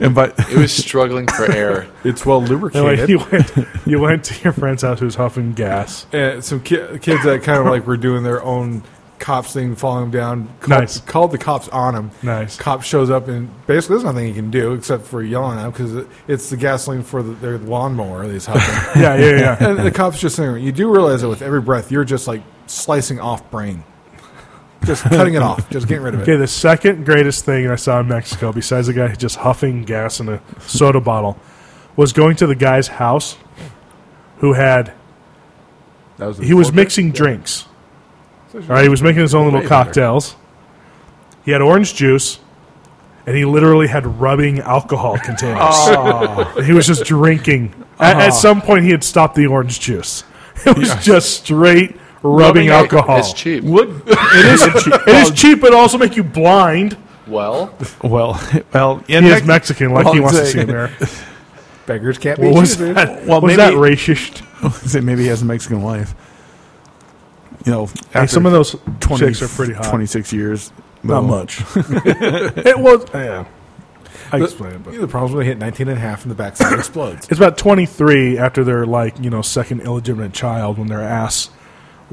[SPEAKER 5] And but
[SPEAKER 6] It was struggling for air.
[SPEAKER 3] it's well
[SPEAKER 1] Anyway,
[SPEAKER 3] lubricated.
[SPEAKER 1] you went you went to your friend's house who's huffing gas.
[SPEAKER 3] and Uh, some ki- kids that kind of like were doing their own cops thing, following him down. Called,
[SPEAKER 1] Nice.
[SPEAKER 3] Called the cops on him.
[SPEAKER 1] Nice.
[SPEAKER 3] Cop shows up and basically there's nothing he can do except for yelling at him because it's the gasoline for the, their lawnmower that he's huffing.
[SPEAKER 1] Yeah, yeah, yeah.
[SPEAKER 3] and the cops just saying, you do realize that with every breath you're just like slicing off brain, just cutting it off, just getting rid of it.
[SPEAKER 1] Okay, the second greatest thing I saw in Mexico, besides the guy just huffing gas in a soda bottle, was going to the guy's house who had
[SPEAKER 3] That was
[SPEAKER 1] he was mixing drinks. All right, he was making his own little cocktails. He had orange juice, and he literally had rubbing alcohol containers. He was just drinking. A- At, some point, he had stopped the orange juice. It was just straight rubbing, alcohol.
[SPEAKER 6] It's cheap.
[SPEAKER 1] It is cheap. It is cheap, but also make you blind.
[SPEAKER 6] Well,
[SPEAKER 5] well, well, in
[SPEAKER 1] He
[SPEAKER 5] Mex-
[SPEAKER 1] is Mexican, like
[SPEAKER 5] Well,
[SPEAKER 1] he wants to
[SPEAKER 5] say-
[SPEAKER 1] see America.
[SPEAKER 3] beggars can't be
[SPEAKER 1] What was
[SPEAKER 3] choosers.
[SPEAKER 1] that?
[SPEAKER 5] Well,
[SPEAKER 1] was
[SPEAKER 5] maybe-
[SPEAKER 1] that racist?
[SPEAKER 5] say maybe he has a Mexican wife. You know,
[SPEAKER 1] Hey,
[SPEAKER 5] after
[SPEAKER 1] some of those
[SPEAKER 5] 20
[SPEAKER 1] chicks are pretty hot.
[SPEAKER 5] Twenty-six years,
[SPEAKER 1] Not
[SPEAKER 5] well,
[SPEAKER 1] much. it was. Yeah, I explained, it, but
[SPEAKER 3] The problem is when they hit 19 and a half and the backside explodes.
[SPEAKER 1] It's about 23 after their like, you know, second illegitimate child when their ass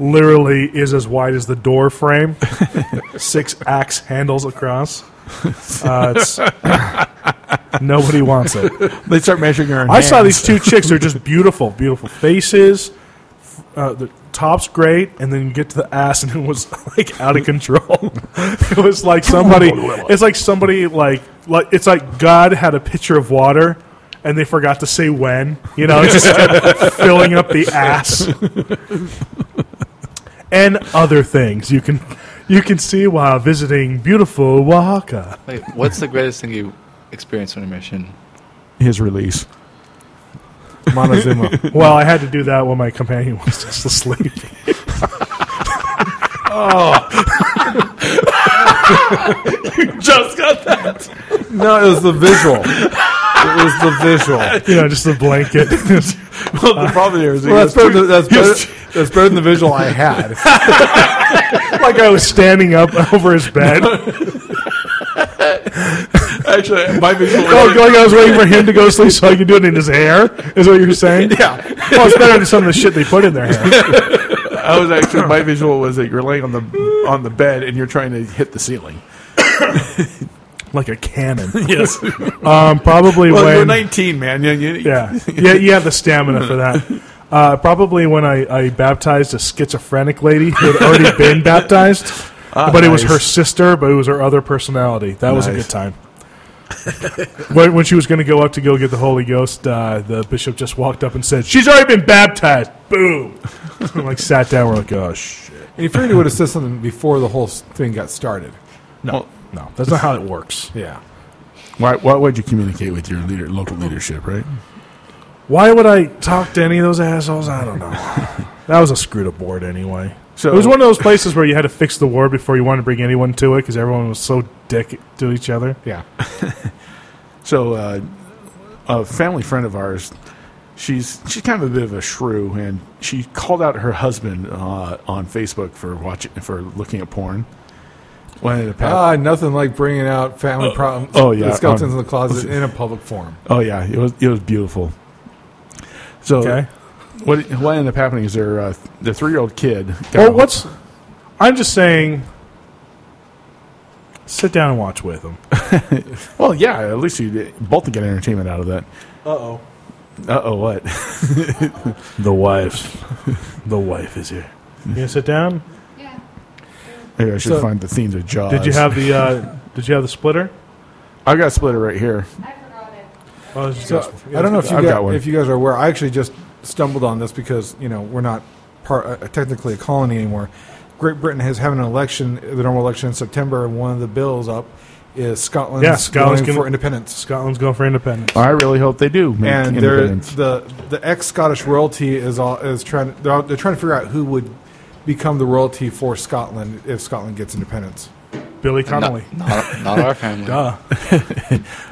[SPEAKER 1] literally is as wide as the door frame, six axe handles across. Uh, it's, nobody wants it.
[SPEAKER 5] They start measuring her. In
[SPEAKER 1] I saw
[SPEAKER 5] hands.
[SPEAKER 1] these two chicks. They're just beautiful, beautiful faces. Uh, the top's great, and then you get to the ass, and it was like out of control. it was like somebody. It's like somebody like like it's like God had a pitcher of water and they forgot to say when. You know, it just kept filling up the ass. and other things you can you can see while visiting beautiful Oaxaca.
[SPEAKER 6] Wait, what's the greatest thing you experienced on a mission?
[SPEAKER 5] His release.
[SPEAKER 3] Montezuma.
[SPEAKER 1] Well, I had to do that when my companion was just asleep.
[SPEAKER 6] Just got that.
[SPEAKER 3] no, it was the visual. It was the visual.
[SPEAKER 1] You know, just a blanket.
[SPEAKER 5] Well, the problem here is he
[SPEAKER 3] Well, that's,
[SPEAKER 5] goes,
[SPEAKER 3] better than, that's, better, that's better than the visual I had.
[SPEAKER 1] like I was standing up over his bed.
[SPEAKER 5] actually, my visual.
[SPEAKER 1] Oh, like I was waiting for him to go to sleep so I could do it in his hair, is what you're saying? Yeah. Well, it's better than some of the shit they put in their hair.
[SPEAKER 5] I was actually my visual was that you're laying on the on the bed and you're trying to hit the ceiling.
[SPEAKER 1] Like a cannon.
[SPEAKER 5] Yes.
[SPEAKER 1] Um, probably
[SPEAKER 5] Well, you're
[SPEAKER 1] when.
[SPEAKER 5] 19, man. You, you,
[SPEAKER 1] yeah. yeah, you have the stamina for that. Uh, probably when I, I baptized a schizophrenic lady who had already been baptized, but it was her
[SPEAKER 5] Ah, nice.
[SPEAKER 1] sister, but it was her other personality. That was a
[SPEAKER 5] Nice.
[SPEAKER 1] good time. when, when she was going to go up to go get the Holy Ghost, uh, the bishop just walked up and said, "She's already been baptized." Boom! like sat down. We're like, "Oh shit."
[SPEAKER 3] And he figured he would have said something before the whole thing got started.
[SPEAKER 5] No.
[SPEAKER 1] No, that's not how it works.
[SPEAKER 3] Yeah.
[SPEAKER 5] why, why would you communicate with your leader, local leadership, right?
[SPEAKER 1] Why would I talk to any of those assholes? I don't know. that was a screwed up board anyway.
[SPEAKER 5] So-
[SPEAKER 1] it was one of those places where you had to fix the war before you wanted to bring anyone to it because everyone was so dick to each other.
[SPEAKER 3] Yeah.
[SPEAKER 5] So, uh, a family friend of ours, she's she's kind of a bit of a shrew, and she called out her husband uh, on Facebook for watching for looking at porn. Wanted to pat-
[SPEAKER 3] Ah, nothing like bringing out family problems.
[SPEAKER 5] oh, yeah.
[SPEAKER 3] The skeletons
[SPEAKER 5] Um,
[SPEAKER 3] in the closet in a public forum.
[SPEAKER 5] oh yeah, it was it was beautiful. So
[SPEAKER 1] Okay.
[SPEAKER 5] what what ended up happening is their uh, the three year old kid. got
[SPEAKER 1] Well,
[SPEAKER 5] a-
[SPEAKER 1] Oh, what's? I'm just saying. Sit down and watch with them.
[SPEAKER 5] well, yeah, at least you both get entertainment out of that. Uh oh. Uh oh, what?
[SPEAKER 1] The wife, the wife is here. You gonna sit down?
[SPEAKER 5] Maybe I should
[SPEAKER 3] So-
[SPEAKER 5] find the themes of Jaws.
[SPEAKER 1] Did you have the? Uh, did you have the splitter?
[SPEAKER 5] I got a splitter right here.
[SPEAKER 1] Oh, it's
[SPEAKER 3] So,
[SPEAKER 1] just-
[SPEAKER 3] I don't know if you,
[SPEAKER 5] I've
[SPEAKER 3] guys,
[SPEAKER 5] got one.
[SPEAKER 3] if you guys are aware. I actually just stumbled on this because, you know, we're not part, uh, technically a colony anymore. Great Britain has having an election, the normal election in September, and one of the bills up is Scotland's,
[SPEAKER 1] Yeah, Scotland's
[SPEAKER 3] going
[SPEAKER 1] gonna-
[SPEAKER 3] for independence.
[SPEAKER 1] Scotland's going for independence.
[SPEAKER 5] I really hope they do. make
[SPEAKER 3] and they're,
[SPEAKER 5] independence.
[SPEAKER 3] the the ex Scottish royalty is all is trying they're, all- they're trying to figure out who would become the royalty for Scotland if Scotland gets independence.
[SPEAKER 1] Billy Connolly,
[SPEAKER 6] Not, not our family.
[SPEAKER 1] duh.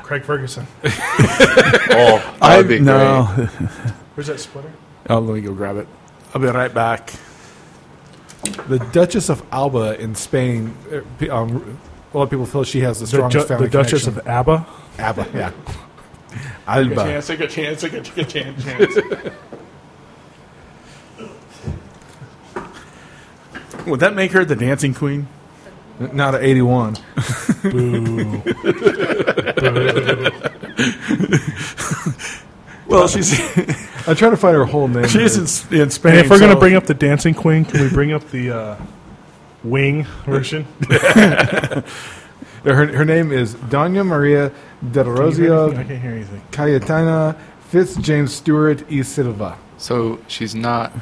[SPEAKER 1] Craig Ferguson.
[SPEAKER 6] Oh, that would be
[SPEAKER 5] no.
[SPEAKER 1] Where's that splitter?
[SPEAKER 5] Oh, let me go grab it. I'll be right back.
[SPEAKER 3] The Duchess of Alba in Spain, er, pe- um, a lot of people feel she has the
[SPEAKER 1] The,
[SPEAKER 3] strongest
[SPEAKER 1] Ju-
[SPEAKER 3] family.
[SPEAKER 1] the Duchess of Abba.
[SPEAKER 3] of Alba, yeah. Alba.
[SPEAKER 5] take a chance, take a chance, take a chance. chance. Would that make her the dancing queen?
[SPEAKER 3] Not at 81.
[SPEAKER 1] Boo.
[SPEAKER 5] Well, she's
[SPEAKER 3] I'm trying to find her whole name.
[SPEAKER 5] she is in, in Spain.
[SPEAKER 1] And if we're going to
[SPEAKER 5] so-
[SPEAKER 1] bring up the Dancing Queen, can we bring up the uh, Wing version?
[SPEAKER 3] her, her name is Dona Maria del
[SPEAKER 1] I
[SPEAKER 3] Rosio
[SPEAKER 1] can't hear anything.
[SPEAKER 3] Cayetana Fitz James Stewart E. Silva.
[SPEAKER 6] great. So she's not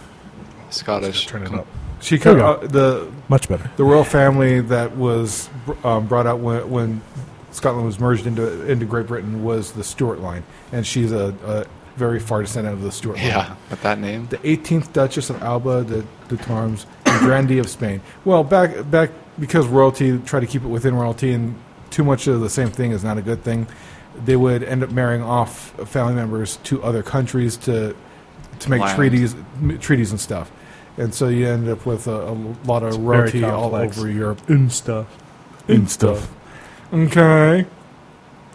[SPEAKER 6] Scottish.
[SPEAKER 1] Turn it
[SPEAKER 6] Com-
[SPEAKER 1] up.
[SPEAKER 3] She
[SPEAKER 1] There
[SPEAKER 3] kind
[SPEAKER 1] we
[SPEAKER 3] of, uh, the
[SPEAKER 1] Much better.
[SPEAKER 3] the royal family that was um, brought out when, when Scotland was merged into into Great Britain was the Stuart line, and she's a, a very far descendant of the Stuart line.
[SPEAKER 6] Yeah, but that name.
[SPEAKER 3] The 18th Duchess of Alba de, de Tormes, and grandee of Spain. Well, back back because royalty tried to keep it within royalty, and too much of the same thing is not a good thing. They would end up marrying off family members to other countries to to make
[SPEAKER 6] Land.
[SPEAKER 3] treaties m- treaties and stuff, and so you end up with a, a lot of
[SPEAKER 1] very
[SPEAKER 3] royalty all
[SPEAKER 1] complex.
[SPEAKER 3] over Europe.
[SPEAKER 1] Insta.
[SPEAKER 5] and stuff.
[SPEAKER 3] Okay.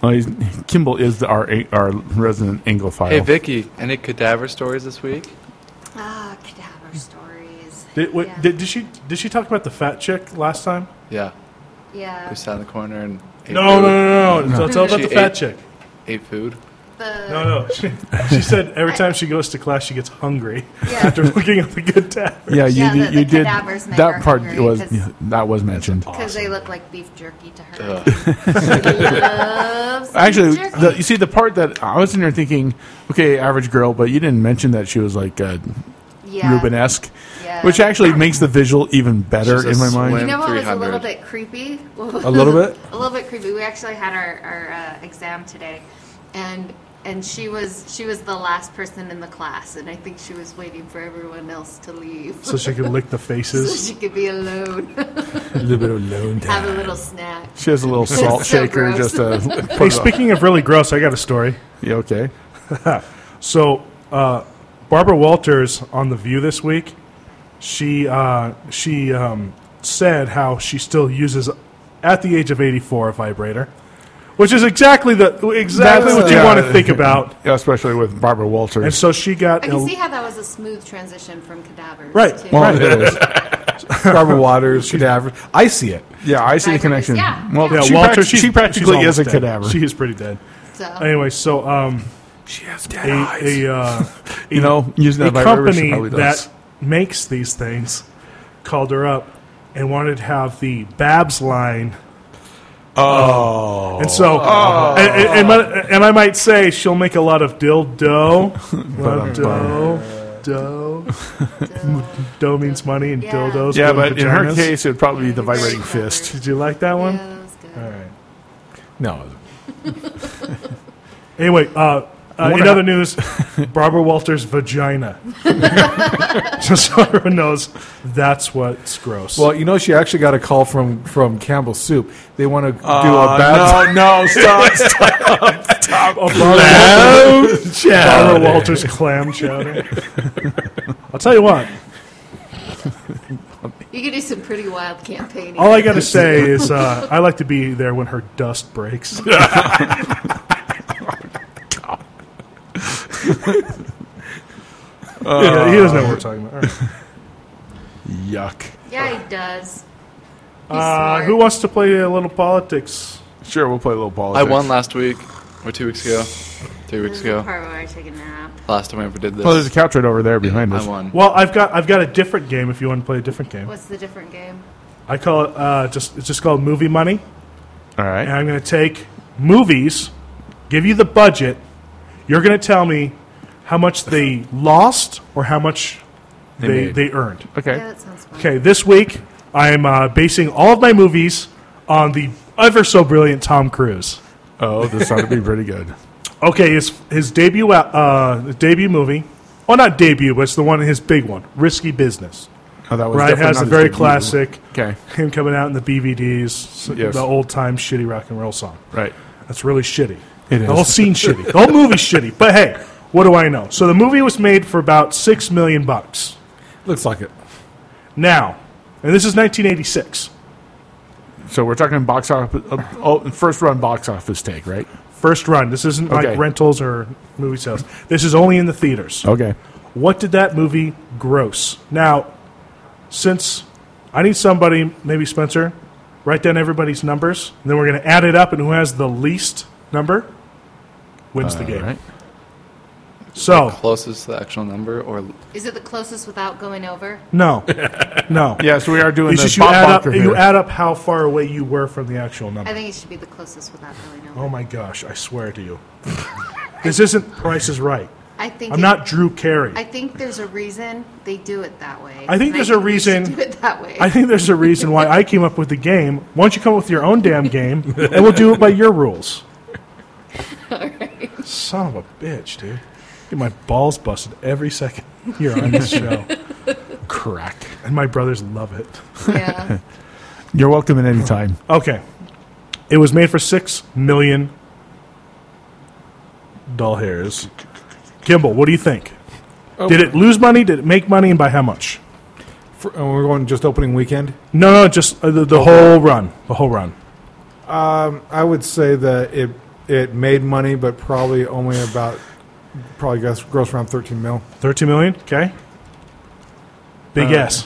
[SPEAKER 5] Oh, he's, Kimball is the, our our resident Anglophile.
[SPEAKER 6] Hey, Vicky, any cadaver stories this week?
[SPEAKER 7] Ah, cadaver stories.
[SPEAKER 1] Did, wait,
[SPEAKER 7] yeah.
[SPEAKER 1] did, did she did she talk about the fat chick last time?
[SPEAKER 6] Yeah,
[SPEAKER 7] yeah.
[SPEAKER 6] who sat in the corner and ate
[SPEAKER 1] No, no,
[SPEAKER 6] food.
[SPEAKER 1] no, no. no. Tell- Tell about
[SPEAKER 6] She
[SPEAKER 1] the fat
[SPEAKER 6] ate-
[SPEAKER 1] chick.
[SPEAKER 6] Ate food.
[SPEAKER 7] the
[SPEAKER 1] No, no. She, she said every time she goes to class, she gets hungry
[SPEAKER 7] Yeah.
[SPEAKER 1] after looking at the good tavern.
[SPEAKER 5] Yeah, you
[SPEAKER 7] Yeah,
[SPEAKER 5] did.
[SPEAKER 7] that the
[SPEAKER 5] you did
[SPEAKER 7] cadavers make her
[SPEAKER 5] that part
[SPEAKER 7] hungry
[SPEAKER 5] was
[SPEAKER 7] 'cause-
[SPEAKER 5] yeah, that was mentioned.
[SPEAKER 7] because they look like beef jerky to her.
[SPEAKER 6] Ugh.
[SPEAKER 7] She loves
[SPEAKER 5] Actually,
[SPEAKER 7] beef jerky.
[SPEAKER 5] the, you see the part that I was in there thinking, okay, average girl, but you didn't mention that she was like uh,
[SPEAKER 7] yeah.
[SPEAKER 5] Rubenesque,
[SPEAKER 7] Yeah.
[SPEAKER 5] which actually makes the visual even better
[SPEAKER 6] She's a
[SPEAKER 5] in my mind.
[SPEAKER 7] You know what was a
[SPEAKER 6] 300.
[SPEAKER 7] little bit creepy?
[SPEAKER 3] A little bit?
[SPEAKER 7] a little bit creepy. We actually had our, our uh, exam today, and and she was she was the last person in the class, and I think she was waiting for everyone else to leave
[SPEAKER 1] So she could lick the
[SPEAKER 7] so
[SPEAKER 1] faces.
[SPEAKER 7] she could be alone,
[SPEAKER 3] A little bit of lone
[SPEAKER 7] have a little snack.
[SPEAKER 5] She has a little salt
[SPEAKER 7] so
[SPEAKER 5] shaker
[SPEAKER 7] gross.
[SPEAKER 5] just to
[SPEAKER 1] Hey, speaking of really gross, I got a story.
[SPEAKER 5] Yeah, okay.
[SPEAKER 1] So, uh, Barbara Walters on The View this week, she uh, she um, said how she still uses, at the age of 84, a vibrator, which is exactly the exactly
[SPEAKER 5] That's- uh,
[SPEAKER 1] what you
[SPEAKER 5] yeah.
[SPEAKER 1] want to think about.
[SPEAKER 5] Yeah, especially with Barbara
[SPEAKER 1] And
[SPEAKER 5] Walters.
[SPEAKER 1] so she got.
[SPEAKER 7] I can
[SPEAKER 1] ill-
[SPEAKER 7] see how that was a smooth transition from cadavers.
[SPEAKER 1] Right.
[SPEAKER 7] To
[SPEAKER 3] Well, it is. Barbara Waters, cadaver. I see it.
[SPEAKER 5] Yeah, I see the
[SPEAKER 7] Barbara's-
[SPEAKER 5] connection.
[SPEAKER 7] yeah,
[SPEAKER 5] well,
[SPEAKER 7] yeah.
[SPEAKER 1] yeah,
[SPEAKER 5] she,
[SPEAKER 1] Walter,
[SPEAKER 5] prac-
[SPEAKER 1] she's-
[SPEAKER 5] she practically
[SPEAKER 1] she's
[SPEAKER 5] is a
[SPEAKER 1] almost dead.
[SPEAKER 5] cadaver.
[SPEAKER 1] She is pretty dead.
[SPEAKER 7] so.
[SPEAKER 1] Anyway, so um,
[SPEAKER 5] she has dead
[SPEAKER 1] a, a, uh,
[SPEAKER 5] You know, using
[SPEAKER 1] a
[SPEAKER 5] that vibrator, she
[SPEAKER 1] company
[SPEAKER 5] probably does.
[SPEAKER 1] that makes these things called her up and wanted to have the Babs line. Oh, and so, and, and, and, my- and I might say she'll make a lot of dildo, dildo, do, do means money, and
[SPEAKER 7] Yeah.
[SPEAKER 1] dildos.
[SPEAKER 5] Yeah,
[SPEAKER 1] go to
[SPEAKER 5] but in her
[SPEAKER 1] vaginas.
[SPEAKER 5] case, it would probably be the
[SPEAKER 7] Very
[SPEAKER 5] vibrating
[SPEAKER 7] clever.
[SPEAKER 5] fist.
[SPEAKER 1] did you like that
[SPEAKER 7] yeah,
[SPEAKER 1] one?
[SPEAKER 7] that was good.
[SPEAKER 1] All right.
[SPEAKER 3] No.
[SPEAKER 1] Anyway, uh, uh, in
[SPEAKER 5] wonder
[SPEAKER 1] other
[SPEAKER 5] how-
[SPEAKER 1] news, Barbara Walters' vagina. Just so everyone knows, that's what's gross.
[SPEAKER 3] Well, you know, she actually got a call from from Campbell Soup. They want to do a
[SPEAKER 5] Uh,
[SPEAKER 3] bad.
[SPEAKER 5] no, no, stop, stop.
[SPEAKER 1] Oh, Barbara, Walters, Barbara Walters clam chowder. I'll tell you what.
[SPEAKER 7] You could do some pretty wild campaigning.
[SPEAKER 1] All I got to say is uh, I like to be there when her dust breaks. Yeah, he doesn't know what we're talking about. All right.
[SPEAKER 5] Yuck.
[SPEAKER 7] yeah, he does.
[SPEAKER 1] Uh,
[SPEAKER 7] He's smart.
[SPEAKER 1] who wants to play a little politics?
[SPEAKER 5] Sure, we'll play a little
[SPEAKER 6] I
[SPEAKER 5] politics.
[SPEAKER 6] won last week or two weeks ago. Two
[SPEAKER 7] This
[SPEAKER 6] weeks
[SPEAKER 7] is the
[SPEAKER 6] ago.
[SPEAKER 7] part where I take a nap.
[SPEAKER 6] Last time I ever did
[SPEAKER 5] Oh, there's a
[SPEAKER 6] this,
[SPEAKER 5] couch right over there behind us.
[SPEAKER 6] I won.
[SPEAKER 1] Well, I've got I've got a different game. If you want to play a different game,
[SPEAKER 7] What's the different game?
[SPEAKER 1] I call it uh, just it's just called movie money.
[SPEAKER 5] All right.
[SPEAKER 1] and I'm going to take movies, give you the budget. You're going to tell me how much they lost or how much they
[SPEAKER 5] made.
[SPEAKER 1] they, earned.
[SPEAKER 5] Okay.
[SPEAKER 7] Yeah, that sounds fun.
[SPEAKER 1] Okay, this week I'm uh, basing all of my movies on the ever so brilliant Tom Cruise.
[SPEAKER 5] Oh, this ought to be pretty good.
[SPEAKER 1] Okay, his his debut uh, uh, debut movie. Well, not debut, but it's the one his big one, Risky Business.
[SPEAKER 5] Oh, that was
[SPEAKER 1] Right,
[SPEAKER 5] definitely
[SPEAKER 1] has
[SPEAKER 5] not
[SPEAKER 1] a
[SPEAKER 5] his
[SPEAKER 1] very
[SPEAKER 5] debut.
[SPEAKER 1] classic.
[SPEAKER 5] Okay.
[SPEAKER 1] Him coming out in the BVDs,
[SPEAKER 5] Yes.
[SPEAKER 1] the old time shitty rock and roll song.
[SPEAKER 5] Right.
[SPEAKER 1] That's really shitty.
[SPEAKER 5] It
[SPEAKER 1] the
[SPEAKER 5] is.
[SPEAKER 1] whole scene shitty. The whole movie's shitty. But hey, what do I know? So the movie was made for about six million bucks.
[SPEAKER 3] Looks like it.
[SPEAKER 1] Now, and this is 1986.
[SPEAKER 5] So we're talking box office. Uh, oh, first run box office take, right?
[SPEAKER 1] First run. This isn't
[SPEAKER 5] Okay. Oh.
[SPEAKER 1] like rentals or movie sales. This is only in the theaters.
[SPEAKER 5] Okay.
[SPEAKER 1] What did that movie gross? Now, since I need somebody, maybe Spencer, write down everybody's numbers, and then we're going to add it up, and who has the least number wins the game.
[SPEAKER 5] right.
[SPEAKER 1] So,
[SPEAKER 6] Closest to the actual number or
[SPEAKER 7] Is it the closest without going over?
[SPEAKER 1] no. No.
[SPEAKER 5] Yeah, so we are doing
[SPEAKER 1] It's
[SPEAKER 5] the
[SPEAKER 1] just you
[SPEAKER 5] Bob
[SPEAKER 1] add up.
[SPEAKER 5] Barker
[SPEAKER 1] You
[SPEAKER 5] here.
[SPEAKER 1] add up how far away you were from the actual
[SPEAKER 7] I
[SPEAKER 1] number.
[SPEAKER 7] think it should be the closest without going over.
[SPEAKER 1] Oh my gosh! I swear to you, this isn't Price is Right.
[SPEAKER 7] I think
[SPEAKER 1] I'm
[SPEAKER 7] it-
[SPEAKER 1] not Drew Carey.
[SPEAKER 7] I think there's a reason they do it that way.
[SPEAKER 1] I think
[SPEAKER 7] And
[SPEAKER 1] there's a
[SPEAKER 7] we should
[SPEAKER 1] reason-
[SPEAKER 7] do it that way.
[SPEAKER 1] I think there's a reason why I came up with the game. Why don't you come up with your own damn game, and we'll do it by your rules. Son of a bitch, dude! Get my balls busted every second here on this show,
[SPEAKER 5] Correct.
[SPEAKER 1] and my brothers love it.
[SPEAKER 7] yeah.
[SPEAKER 5] You're welcome at any time.
[SPEAKER 1] Okay, it was made for six million doll hairs. Kimball, what do you think? Did it lose money? Did it make money? And by how much?
[SPEAKER 3] For, and uh, we're going just opening weekend.
[SPEAKER 1] No, no, just uh, the, the whole run. The whole run.
[SPEAKER 3] I would say that it it made money, but probably only about probably gross, gross around thirteen mil.
[SPEAKER 1] 13 million? Okay. Big S.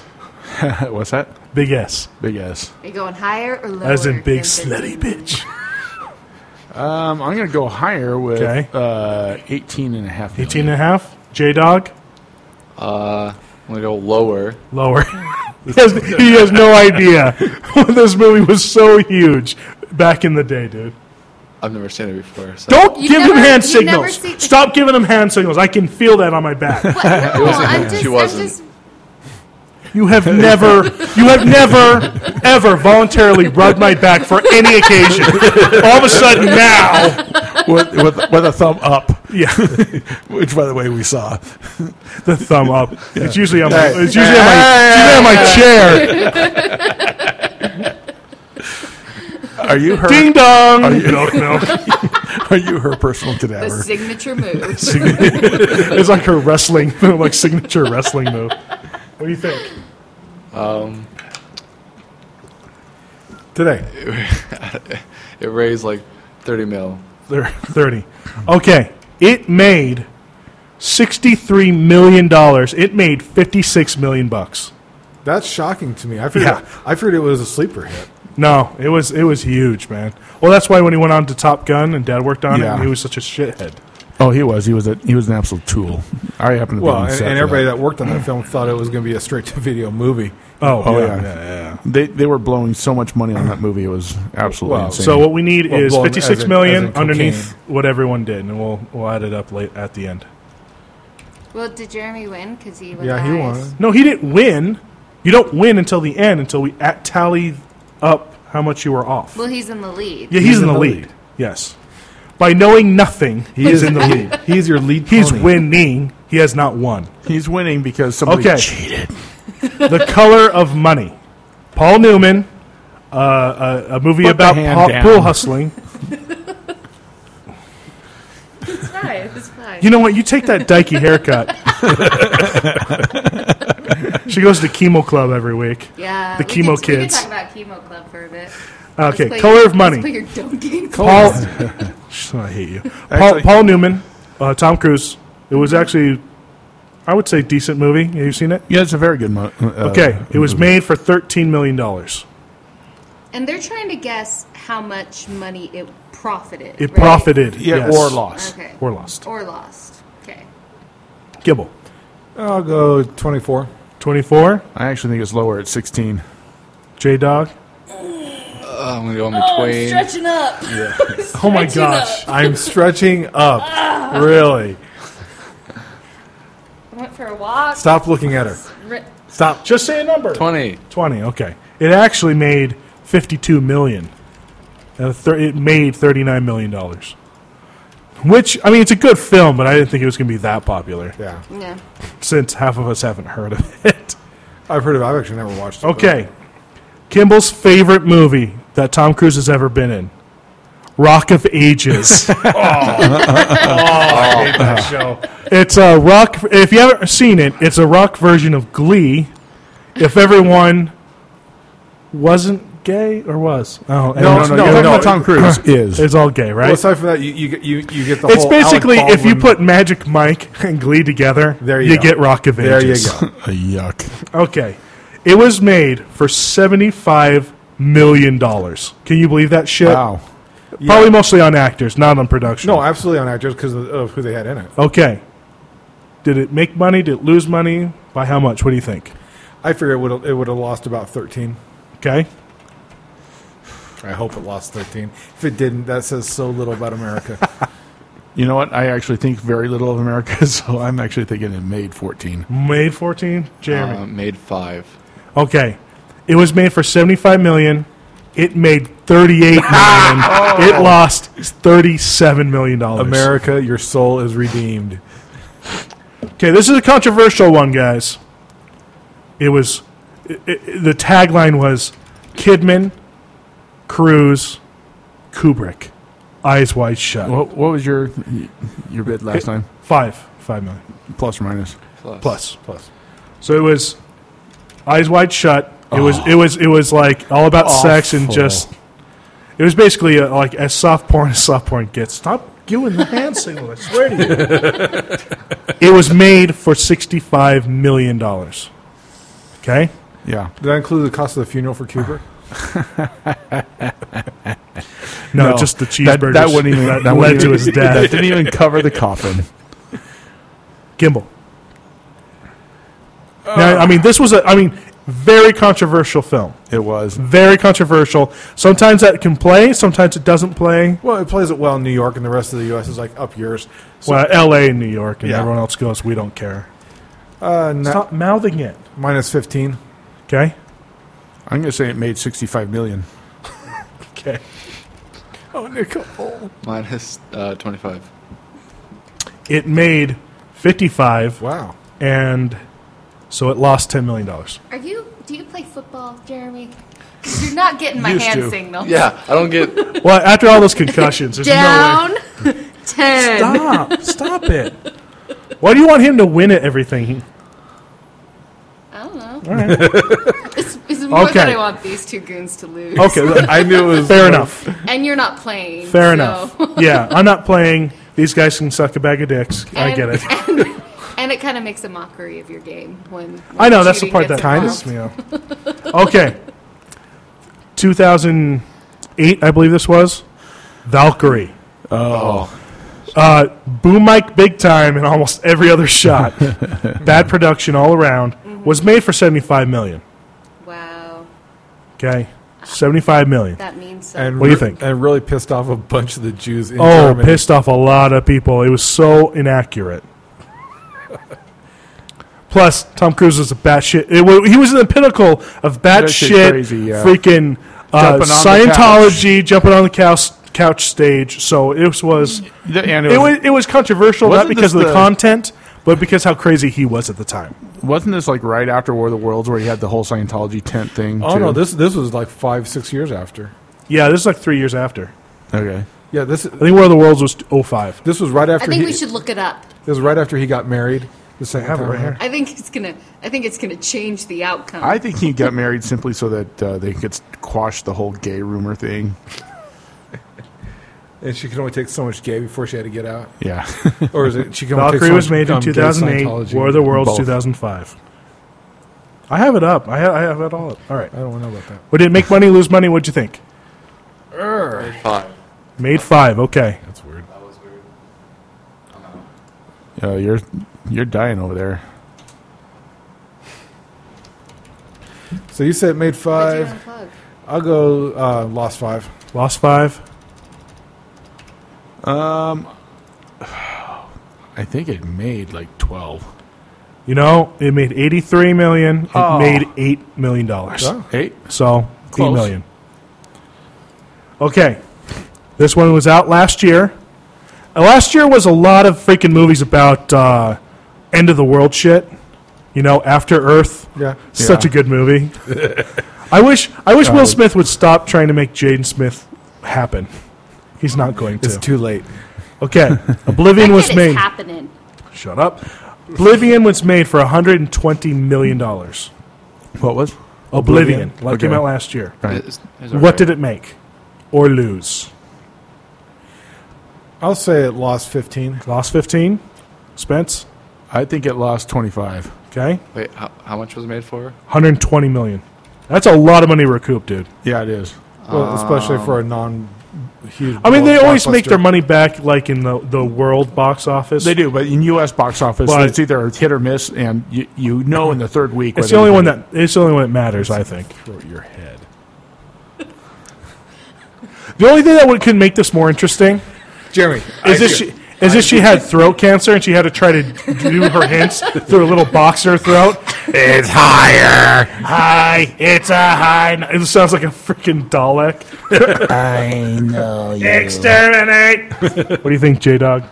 [SPEAKER 5] What's that?
[SPEAKER 1] Big S.
[SPEAKER 5] Big S.
[SPEAKER 7] Are you going higher or lower?
[SPEAKER 1] As in big
[SPEAKER 7] than
[SPEAKER 1] slutty
[SPEAKER 7] fifteen?
[SPEAKER 1] bitch.
[SPEAKER 5] Um, I'm going to go higher with
[SPEAKER 1] Okay.
[SPEAKER 5] uh, 18 and a half. million.
[SPEAKER 1] 18 and a half? J Dog?
[SPEAKER 6] Uh, I'm gonna go lower.
[SPEAKER 1] Lower. he, has, he has no idea. this movie was so huge back in the day, dude.
[SPEAKER 6] I've never seen it before. So
[SPEAKER 1] Don't
[SPEAKER 7] You've
[SPEAKER 1] give him
[SPEAKER 7] never-
[SPEAKER 1] hand
[SPEAKER 7] you've never
[SPEAKER 1] signals.
[SPEAKER 7] seen-
[SPEAKER 1] Stop giving him hand signals. I can feel that on my back.
[SPEAKER 7] What? No,
[SPEAKER 6] wasn't
[SPEAKER 7] I'm
[SPEAKER 6] good.
[SPEAKER 7] just,
[SPEAKER 6] She wasn't.
[SPEAKER 7] I'm just
[SPEAKER 1] You have never, you have never, ever voluntarily rubbed my back for any occasion. All of a sudden now,
[SPEAKER 5] with, with, with a thumb up,
[SPEAKER 1] yeah,
[SPEAKER 5] which, by the way, we saw.
[SPEAKER 1] the thumb up. It's usually on my, it's usually on my, it's usually on my chair.
[SPEAKER 5] Are you her?
[SPEAKER 1] Ding dong. no, no,
[SPEAKER 5] Are you her personal
[SPEAKER 8] The
[SPEAKER 5] cadaver?
[SPEAKER 8] signature move.
[SPEAKER 1] it's like her wrestling, like signature wrestling move. What do you think?
[SPEAKER 5] Today.
[SPEAKER 6] it raised like 30 mil.
[SPEAKER 1] Thir- 30. Okay. It made 63 million dollars. It made 56 million bucks.
[SPEAKER 3] That's shocking to me. I figured,
[SPEAKER 1] Yeah.
[SPEAKER 3] I figured it was a sleeper hit.
[SPEAKER 1] No, it was it was huge, man. Well, that's why when he went on to Top Gun and Dad worked on it,
[SPEAKER 5] Yeah.
[SPEAKER 1] and he was such a shithead.
[SPEAKER 5] Oh, he was. He was a, He was an absolute tool. I happen to be
[SPEAKER 3] Well,
[SPEAKER 5] on
[SPEAKER 3] and,
[SPEAKER 5] set
[SPEAKER 3] and
[SPEAKER 5] for
[SPEAKER 3] everybody
[SPEAKER 5] that.
[SPEAKER 3] that worked on that film thought it was going to be a straight to video movie.
[SPEAKER 1] Oh,
[SPEAKER 5] Oh
[SPEAKER 1] yeah.
[SPEAKER 5] yeah. They they were blowing so much money on that movie. It was absolutely
[SPEAKER 3] Well,
[SPEAKER 5] insane.
[SPEAKER 1] So what we need
[SPEAKER 3] Well,
[SPEAKER 1] is
[SPEAKER 3] blown
[SPEAKER 1] fifty six
[SPEAKER 3] as in- as
[SPEAKER 1] million
[SPEAKER 3] in
[SPEAKER 1] underneath what everyone did, and we'll we'll add it up late at the end.
[SPEAKER 7] well. Did Jeremy win? Because he was.
[SPEAKER 3] Yeah, he
[SPEAKER 7] highest.
[SPEAKER 3] won.
[SPEAKER 1] No, he didn't win. You don't win until the end, until we at tally up how much you were off.
[SPEAKER 7] Well, he's in the lead.
[SPEAKER 1] Yeah, he's, in, the, lead. Yes. By knowing nothing, he is in the lead.
[SPEAKER 3] He's your lead.
[SPEAKER 1] He's
[SPEAKER 3] pony.
[SPEAKER 1] winning. He has not won.
[SPEAKER 5] he's winning because somebody
[SPEAKER 1] Okay.
[SPEAKER 5] cheated.
[SPEAKER 1] The Color of Money. Paul Newman, uh, a, a movie
[SPEAKER 5] Put the
[SPEAKER 1] about
[SPEAKER 5] hand
[SPEAKER 1] pa-
[SPEAKER 5] down.
[SPEAKER 1] pool hustling.
[SPEAKER 7] It's fine. It's fine.
[SPEAKER 1] You know what? You take that dykey haircut. she goes to chemo club every week.
[SPEAKER 7] yeah.
[SPEAKER 1] The
[SPEAKER 7] we could-
[SPEAKER 1] chemo
[SPEAKER 7] we could
[SPEAKER 1] kids.
[SPEAKER 7] talk about chemo club for a bit. Let's
[SPEAKER 1] Okay,
[SPEAKER 7] play-
[SPEAKER 1] Color of
[SPEAKER 7] let's
[SPEAKER 1] Money.
[SPEAKER 7] play your dumb game.
[SPEAKER 1] Paul, I hate you. Paul,
[SPEAKER 5] Actually-
[SPEAKER 1] Paul Newman, uh, Tom Cruise. It was actually, I would say, decent movie. Have you seen it?
[SPEAKER 5] Yeah, it's a very good mo- uh,
[SPEAKER 1] Okay, it was
[SPEAKER 5] movie.
[SPEAKER 1] made for thirteen million dollars.
[SPEAKER 7] And they're trying to guess how much money it profited.
[SPEAKER 1] It
[SPEAKER 7] right?
[SPEAKER 1] profited,
[SPEAKER 5] Yeah,
[SPEAKER 1] yes.
[SPEAKER 5] or lost.
[SPEAKER 7] Okay.
[SPEAKER 1] or lost.
[SPEAKER 7] Or lost. Okay.
[SPEAKER 1] Gibble,
[SPEAKER 3] I'll go twenty-four.
[SPEAKER 1] twenty-four.
[SPEAKER 5] I actually think it's lower at sixteen.
[SPEAKER 1] J Dog.
[SPEAKER 6] Oh, I'm gonna go in between.
[SPEAKER 8] Stretching up.
[SPEAKER 1] Oh my gosh,
[SPEAKER 3] I'm stretching up. Really?
[SPEAKER 7] I went for a walk.
[SPEAKER 3] Stop looking at her.
[SPEAKER 7] Ri-
[SPEAKER 3] Stop.
[SPEAKER 1] just say a number.
[SPEAKER 6] 20.
[SPEAKER 1] Twenty. Okay, it actually made fifty-two million. Uh, thir- it made thirty-nine million dollars. Which I mean, it's a good film, but I didn't think it was going to be that popular.
[SPEAKER 3] Yeah,
[SPEAKER 7] Yeah.
[SPEAKER 1] Since half of us haven't heard of it.
[SPEAKER 3] I've heard of. it. I've actually never watched it.
[SPEAKER 1] Okay. Kimball's favorite movie that Tom Cruise has ever been in. Rock of Ages. oh, I hate that
[SPEAKER 3] Oh.
[SPEAKER 1] show. It's a rock. If you haven't seen it, it's a rock version of Glee. If everyone wasn't gay or was, oh,
[SPEAKER 3] No,
[SPEAKER 1] everyone's-
[SPEAKER 5] you're
[SPEAKER 3] no, no,
[SPEAKER 5] talking
[SPEAKER 3] no.
[SPEAKER 5] about Tom Cruise is.
[SPEAKER 1] it's all gay,
[SPEAKER 3] Well,
[SPEAKER 1] right?
[SPEAKER 3] aside from that, you you get you, you get the
[SPEAKER 1] it's
[SPEAKER 3] whole
[SPEAKER 1] basally
[SPEAKER 3] Alec
[SPEAKER 1] if you
[SPEAKER 3] Baldwin-
[SPEAKER 1] put Magic Mike and Glee together,
[SPEAKER 3] There you go.
[SPEAKER 1] get Rock of
[SPEAKER 3] There you
[SPEAKER 1] Ages.
[SPEAKER 3] go.
[SPEAKER 5] A yuck.
[SPEAKER 1] Okay. It was made for $75 million. Can you believe that shit?
[SPEAKER 5] Wow.
[SPEAKER 1] Probably mostly on actors, not on production.
[SPEAKER 3] No, absolutely on actors because of, of who they had in it.
[SPEAKER 1] okay. Did it make money? Did it lose money? By how much? What do you think?
[SPEAKER 3] I figure it would it would have lost about thirteen.
[SPEAKER 1] Okay.
[SPEAKER 3] I hope it lost thirteen. If it didn't, that says so little about America.
[SPEAKER 5] You know what? I actually think very little of America, so I'm actually thinking it made fourteen.
[SPEAKER 1] Made 14? Jeremy.
[SPEAKER 6] Uh, made five.
[SPEAKER 1] okay. It was made for 75 million. It made 38 million. It lost 37 million dollars.
[SPEAKER 3] America, your soul is redeemed.
[SPEAKER 1] Okay, this is a controversial one, guys. It was i i the tagline was Kidman, Cruz, Kubrick, Eyes Wide Shut.
[SPEAKER 5] What, what was your your bid last time?
[SPEAKER 1] Five, five million
[SPEAKER 5] Plus or minus?
[SPEAKER 6] Plus.
[SPEAKER 1] plus. Plus. So it was Eyes Wide Shut. It was it was it was like all about sex and
[SPEAKER 5] Awful.
[SPEAKER 1] just. It was basically a, like as soft porn as soft porn gets. Stop doing the hand signal! I swear to you. it was made for sixty-five million dollars. Okay.
[SPEAKER 5] Yeah.
[SPEAKER 3] Did that include the cost of the funeral for Kubrick?
[SPEAKER 1] No, just the cheeseburgers.
[SPEAKER 5] That, that wouldn't even
[SPEAKER 1] That
[SPEAKER 5] that wouldn't
[SPEAKER 1] led to
[SPEAKER 5] even-
[SPEAKER 1] his death.
[SPEAKER 5] That didn't even cover the coffin.
[SPEAKER 1] Gimbal. now,
[SPEAKER 3] Uh.
[SPEAKER 1] I mean, this was a, I mean, very controversial film.
[SPEAKER 5] It was.
[SPEAKER 1] Very controversial. Sometimes that can play, sometimes it doesn't play.
[SPEAKER 3] Well, it plays it well in New York, and the rest of the U.S. is like up yours. So,
[SPEAKER 1] Well, L.A. and New York, and
[SPEAKER 3] Yeah.
[SPEAKER 1] everyone else goes, we don't care.
[SPEAKER 3] uh, na-
[SPEAKER 1] Stop mouthing it.
[SPEAKER 3] minus fifteen.
[SPEAKER 1] Okay?
[SPEAKER 5] I'm going to say it made 65 million.
[SPEAKER 1] Okay.
[SPEAKER 3] Oh, Nicole.
[SPEAKER 6] Minus uh, 25.
[SPEAKER 1] It made 55
[SPEAKER 3] Wow.
[SPEAKER 1] and so it lost $10 million.
[SPEAKER 7] Are you? Do you play football, Jeremy? 'Cause You're not getting my
[SPEAKER 5] Used
[SPEAKER 7] hand
[SPEAKER 5] to.
[SPEAKER 7] signal.
[SPEAKER 6] Yeah, I don't get.
[SPEAKER 1] Well, after all those concussions, there's no way.
[SPEAKER 7] Down ten.
[SPEAKER 1] Stop. Stop it. Why do you want him to win at everything?
[SPEAKER 7] I don't know. it's, it's more
[SPEAKER 1] Okay. Oh.
[SPEAKER 7] that I want these two goons to lose.
[SPEAKER 1] Okay, look,
[SPEAKER 3] I knew it was
[SPEAKER 1] fair enough.
[SPEAKER 7] And you're not playing.
[SPEAKER 1] Fair
[SPEAKER 7] so-
[SPEAKER 1] enough. Yeah, I'm not playing. These guys can suck a bag of dicks. I
[SPEAKER 7] And-
[SPEAKER 1] get it.
[SPEAKER 7] And, and it kind of makes a mockery of your game when. when
[SPEAKER 1] I know that's the part
[SPEAKER 7] cheating
[SPEAKER 1] that
[SPEAKER 7] gets
[SPEAKER 1] kind
[SPEAKER 7] involved.
[SPEAKER 1] of yeah. Okay, 2008, I believe this was Valkyrie. Oh, uh, boom mic big time in almost every other shot. Bad production all around.
[SPEAKER 7] Mm-hmm.
[SPEAKER 1] Was made for 75 million.
[SPEAKER 7] Wow,
[SPEAKER 1] Okay, 75 million.
[SPEAKER 7] that means something.
[SPEAKER 3] And
[SPEAKER 1] What do you
[SPEAKER 3] re-
[SPEAKER 1] think?
[SPEAKER 3] And really pissed off a bunch of the Jews. In
[SPEAKER 1] Oh,
[SPEAKER 3] Germany.
[SPEAKER 1] pissed off a lot of people. It was so inaccurate. Plus, Tom Cruise was a batshit. It wa- he was in the pinnacle of
[SPEAKER 5] shit
[SPEAKER 1] batshit,
[SPEAKER 5] crazy, yeah.
[SPEAKER 1] freaking uh,
[SPEAKER 5] Jumping on the
[SPEAKER 1] Scientology, jumping on the couch, couch stage. So it was
[SPEAKER 5] And
[SPEAKER 1] it was it was controversial not
[SPEAKER 5] Wasn't
[SPEAKER 1] because of
[SPEAKER 5] this
[SPEAKER 1] the,
[SPEAKER 5] the-
[SPEAKER 1] content, but because how crazy he was at the time.
[SPEAKER 5] Wasn't this like right after War of the Worlds where he had the whole Scientology tent thing?
[SPEAKER 3] Oh
[SPEAKER 5] too?
[SPEAKER 3] no! This this was like five six years after.
[SPEAKER 1] Yeah, this is like three years after.
[SPEAKER 5] Okay.
[SPEAKER 3] Yeah, this
[SPEAKER 1] I think War of the Worlds was 05.
[SPEAKER 3] this was right
[SPEAKER 7] I
[SPEAKER 3] after.
[SPEAKER 7] think
[SPEAKER 3] he,
[SPEAKER 7] we should look it up.
[SPEAKER 3] This was right after he got married. The second
[SPEAKER 1] have it
[SPEAKER 3] time
[SPEAKER 1] right
[SPEAKER 3] around.
[SPEAKER 1] here.
[SPEAKER 7] I think it's gonna. I think it's gonna change the outcome.
[SPEAKER 5] I think he got married simply so that uh, they could quash the whole gay rumor thing.
[SPEAKER 3] And she could only take so much gay before she had to get out,
[SPEAKER 5] Yeah.
[SPEAKER 3] or is it she could only take
[SPEAKER 1] Valkyrie
[SPEAKER 3] so
[SPEAKER 1] was made
[SPEAKER 3] much,
[SPEAKER 1] in
[SPEAKER 3] um, gay
[SPEAKER 1] 2008.
[SPEAKER 3] Scientology?
[SPEAKER 1] War of the Worlds
[SPEAKER 5] Both.
[SPEAKER 1] 2005. I have it up. I have, I have it all up. All right.
[SPEAKER 3] I don't know about that.
[SPEAKER 1] Well, did it make money, lose money? What'd you think?
[SPEAKER 6] Five.
[SPEAKER 1] Made five. Okay.
[SPEAKER 3] That's weird.
[SPEAKER 6] That was weird.
[SPEAKER 5] Uh, you're you're dying over there.
[SPEAKER 3] So you said made
[SPEAKER 7] What'd
[SPEAKER 3] five.
[SPEAKER 1] uh,
[SPEAKER 7] you unplug?
[SPEAKER 3] I'll go uh, lost five.
[SPEAKER 1] Lost five.
[SPEAKER 5] I think it made like twelve.
[SPEAKER 1] You know, it made eighty-three million. It made eight million dollars.
[SPEAKER 3] Oh.
[SPEAKER 5] Eight.
[SPEAKER 1] So eight
[SPEAKER 5] Close.
[SPEAKER 1] million. Okay. This one was out last year. Uh, Last year was a lot of freaking movies about uh, end of the world shit. You know, After Earth.
[SPEAKER 3] Yeah.
[SPEAKER 1] Such a good movie. I wish I wish Will
[SPEAKER 3] God.
[SPEAKER 1] Smith would stop trying to make Jaden Smith happen. He's not going to.
[SPEAKER 3] It's too late.
[SPEAKER 1] Okay, Oblivion
[SPEAKER 7] That
[SPEAKER 1] was
[SPEAKER 7] shit is
[SPEAKER 1] made.
[SPEAKER 7] happening.
[SPEAKER 1] Shut up. Oblivion was made for 120 million dollars.
[SPEAKER 5] What was?
[SPEAKER 1] Oblivion, like
[SPEAKER 5] Okay.
[SPEAKER 1] came out last year.
[SPEAKER 5] Right.
[SPEAKER 1] What did it make, or lose?
[SPEAKER 3] I'll say it lost fifteen.
[SPEAKER 1] Lost 15. Spence.
[SPEAKER 5] I think it lost twenty five.
[SPEAKER 1] Okay,
[SPEAKER 6] Wait, how, how much was it made for?
[SPEAKER 1] 120 million. That's a lot of money to recoup, dude.
[SPEAKER 5] Yeah, it is.
[SPEAKER 3] Well, especially for a non huge.
[SPEAKER 1] Um. I mean, they always make
[SPEAKER 3] blockbuster.
[SPEAKER 1] their money back, like in the the world box office.
[SPEAKER 5] They do, but in U.S. box office,
[SPEAKER 1] But-
[SPEAKER 5] it's either a hit or miss, and you, you know in the third week.
[SPEAKER 1] It's
[SPEAKER 5] whether
[SPEAKER 1] the only
[SPEAKER 5] they
[SPEAKER 1] one
[SPEAKER 5] did
[SPEAKER 1] that it's the only one that matters, I think.
[SPEAKER 5] it. your head.
[SPEAKER 1] The only thing that would could make this more interesting
[SPEAKER 3] Jeremy.
[SPEAKER 1] Is this she? Is this she had throat cancer and she had to try to do her hints through a little box in her throat? It's higher. High. It's a high. n- It sounds like a freaking Dalek.
[SPEAKER 5] I know.
[SPEAKER 1] Exterminate. what do you think, J Dog?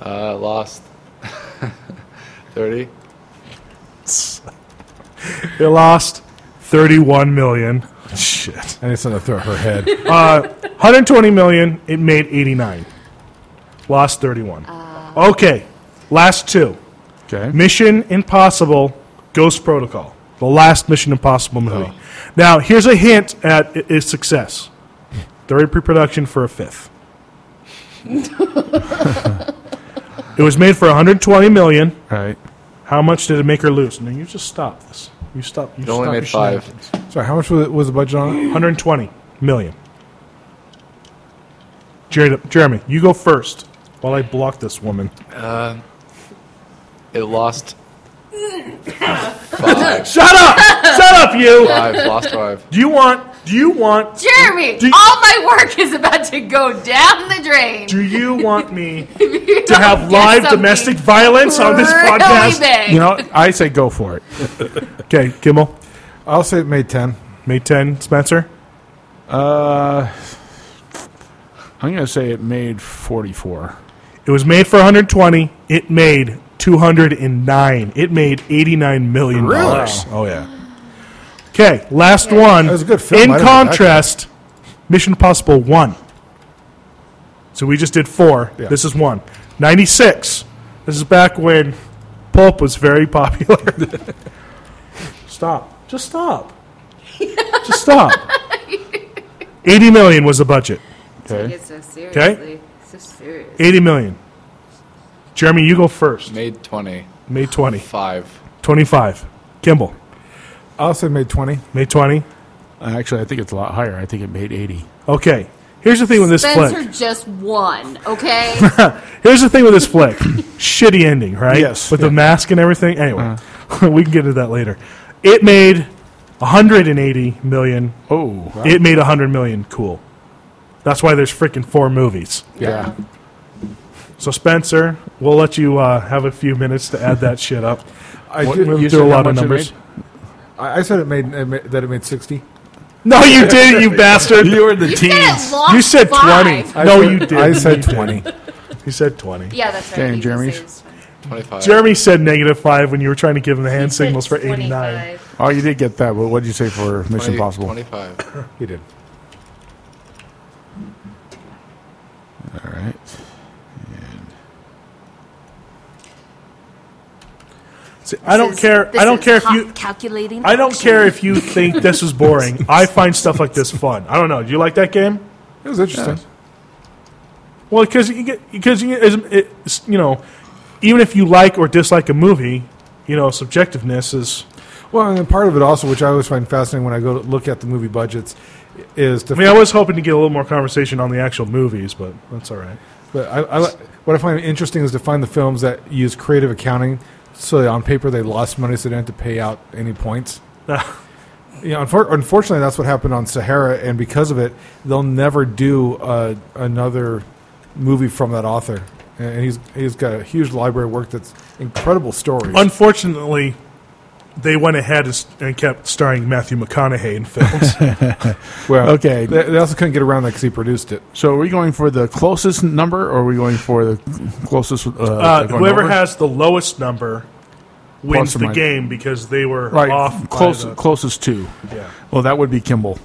[SPEAKER 6] Uh, lost. 30.
[SPEAKER 1] It lost thirty-one million.
[SPEAKER 3] Shit. I just want to throw her head.
[SPEAKER 1] One hundred twenty million. It made eighty-nine. Lost thirty-one. okay, last two.
[SPEAKER 5] Okay.
[SPEAKER 1] Mission Impossible Ghost Protocol, the last Mission Impossible movie. Now, here's a hint at i- its success. They're in pre-production for a fifth. it was made for 120 million.
[SPEAKER 5] All right.
[SPEAKER 1] How much did it make her lose? No, you just stop this. You stop. You
[SPEAKER 6] It only
[SPEAKER 1] stop
[SPEAKER 6] made
[SPEAKER 1] your shenanigans.
[SPEAKER 6] five.
[SPEAKER 3] Sorry, how much was, was the budget on it?
[SPEAKER 1] 120 million. Jer- Jeremy, you go first while I block this woman.
[SPEAKER 6] It lost
[SPEAKER 1] Shut up! Shut up, you!
[SPEAKER 6] five. lost five.
[SPEAKER 1] Do you want? Do you want?
[SPEAKER 7] Jeremy,
[SPEAKER 1] Do-
[SPEAKER 7] all my work is about to go down the drain.
[SPEAKER 1] Do you want me to have live
[SPEAKER 7] something
[SPEAKER 1] domestic violence on this
[SPEAKER 7] really
[SPEAKER 1] podcast?
[SPEAKER 7] Big.
[SPEAKER 5] You know, what? I say go for it.
[SPEAKER 1] Okay, Kimmel,
[SPEAKER 3] I'll say it made 10.
[SPEAKER 1] May 10, Spencer.
[SPEAKER 5] Uh, I'm going to say it made 44.
[SPEAKER 1] It was made for 120. It made 209. It made 89 million dollars.
[SPEAKER 3] Oh, yeah.
[SPEAKER 1] Okay, last one.
[SPEAKER 3] That was a good film. I
[SPEAKER 1] In
[SPEAKER 3] didn't know that.
[SPEAKER 1] contrast, Mission Impossible 1. So we just did 4.
[SPEAKER 3] Yeah.
[SPEAKER 1] This is 1. 96. This is back when pulp was very popular. stop. Just stop. just stop. 80 million was the budget.
[SPEAKER 5] Okay.
[SPEAKER 7] It's so seriously. So serious.
[SPEAKER 1] 80 million. Jeremy, you go first.
[SPEAKER 6] Made twenty
[SPEAKER 1] May 20.
[SPEAKER 6] five.
[SPEAKER 1] 25. Kimball,
[SPEAKER 3] I'll say it made 20.
[SPEAKER 1] May 20.
[SPEAKER 5] Actually, I think it's a lot higher. I think it made 80.
[SPEAKER 1] Okay. Here's the thing with this
[SPEAKER 7] Spencer
[SPEAKER 1] flick.
[SPEAKER 7] just won, okay?
[SPEAKER 1] Here's the thing with this flick. Shitty ending, right?
[SPEAKER 5] Yes. Uh-huh.
[SPEAKER 1] With the mask and everything. Anyway, we can get into that later. It made 180 million.
[SPEAKER 5] Oh,
[SPEAKER 1] It made 100 million. Cool. That's why there's freaking four movies.
[SPEAKER 5] yeah.
[SPEAKER 1] So Spencer, we'll let you uh, have a few minutes to add that shit up.
[SPEAKER 3] I,
[SPEAKER 5] What
[SPEAKER 3] did,
[SPEAKER 5] movie-
[SPEAKER 1] We
[SPEAKER 5] You
[SPEAKER 1] do
[SPEAKER 5] said
[SPEAKER 1] a
[SPEAKER 5] how
[SPEAKER 1] lot of
[SPEAKER 5] much it
[SPEAKER 1] numbers.
[SPEAKER 3] I I said it made, it made that it made 60.
[SPEAKER 1] No, you didn't, you bastard.
[SPEAKER 5] You were the
[SPEAKER 7] You said it
[SPEAKER 5] teens.
[SPEAKER 7] lost
[SPEAKER 1] You said
[SPEAKER 7] five.
[SPEAKER 1] 20.
[SPEAKER 3] I
[SPEAKER 1] no,
[SPEAKER 3] said-
[SPEAKER 1] you did.
[SPEAKER 3] I said 20.
[SPEAKER 1] You said 20.
[SPEAKER 7] Yeah, that's right.
[SPEAKER 5] Okay,
[SPEAKER 7] You
[SPEAKER 5] Jeremy's.
[SPEAKER 7] can say it's
[SPEAKER 6] Twenty five.
[SPEAKER 1] Jeremy said negative five when you were trying to give him the hand
[SPEAKER 7] fine.
[SPEAKER 1] signals for 89.
[SPEAKER 7] 25.
[SPEAKER 5] Oh, you did get that. But what did you say for Mission Impossible?
[SPEAKER 6] Twenty five.
[SPEAKER 3] He did.
[SPEAKER 5] All right.
[SPEAKER 1] See, I don't
[SPEAKER 7] This is-
[SPEAKER 1] care.
[SPEAKER 7] this
[SPEAKER 1] I don't
[SPEAKER 7] is
[SPEAKER 1] care if
[SPEAKER 7] hot
[SPEAKER 1] you.
[SPEAKER 7] calculating.
[SPEAKER 1] I don't
[SPEAKER 7] action.
[SPEAKER 1] care if you think this is boring. I find stuff like this fun. I don't know. Do you like that game?
[SPEAKER 3] It was interesting.
[SPEAKER 1] Well, because you get because you, it's, you know, even if you like or dislike a movie, you know, subjectiveness is.
[SPEAKER 3] Well, and then part of it also, which I always find fascinating when I go to look at the movie budgets, is to.
[SPEAKER 1] I mean, I was hoping to get a little more conversation on the actual movies, but that's all right.
[SPEAKER 3] But I, I, li- what I find interesting is to find the films that use creative accounting, so that on paper they lost money, so they didn't have to pay out any points. you know, unfor- unfortunately, that's what happened on Sahara, and because of it, they'll never do uh, another movie from that author. And he's he's got a huge library of work that's incredible stories.
[SPEAKER 1] Unfortunately, they went ahead and, s- and kept starring Matthew McConaughey in films.
[SPEAKER 3] well,
[SPEAKER 5] okay.
[SPEAKER 3] they, they also couldn't get around that because he produced it.
[SPEAKER 5] So are we going for the closest number, or are we going for the closest? Uh,
[SPEAKER 1] Uh,
[SPEAKER 5] going
[SPEAKER 1] whoever
[SPEAKER 5] over?
[SPEAKER 1] has the lowest number wins
[SPEAKER 5] Plus or
[SPEAKER 1] the
[SPEAKER 5] minus.
[SPEAKER 1] game because they were
[SPEAKER 5] right
[SPEAKER 1] off. by
[SPEAKER 5] close,
[SPEAKER 1] the-
[SPEAKER 5] closest two.
[SPEAKER 1] yeah.
[SPEAKER 5] Well, that would be Kimball.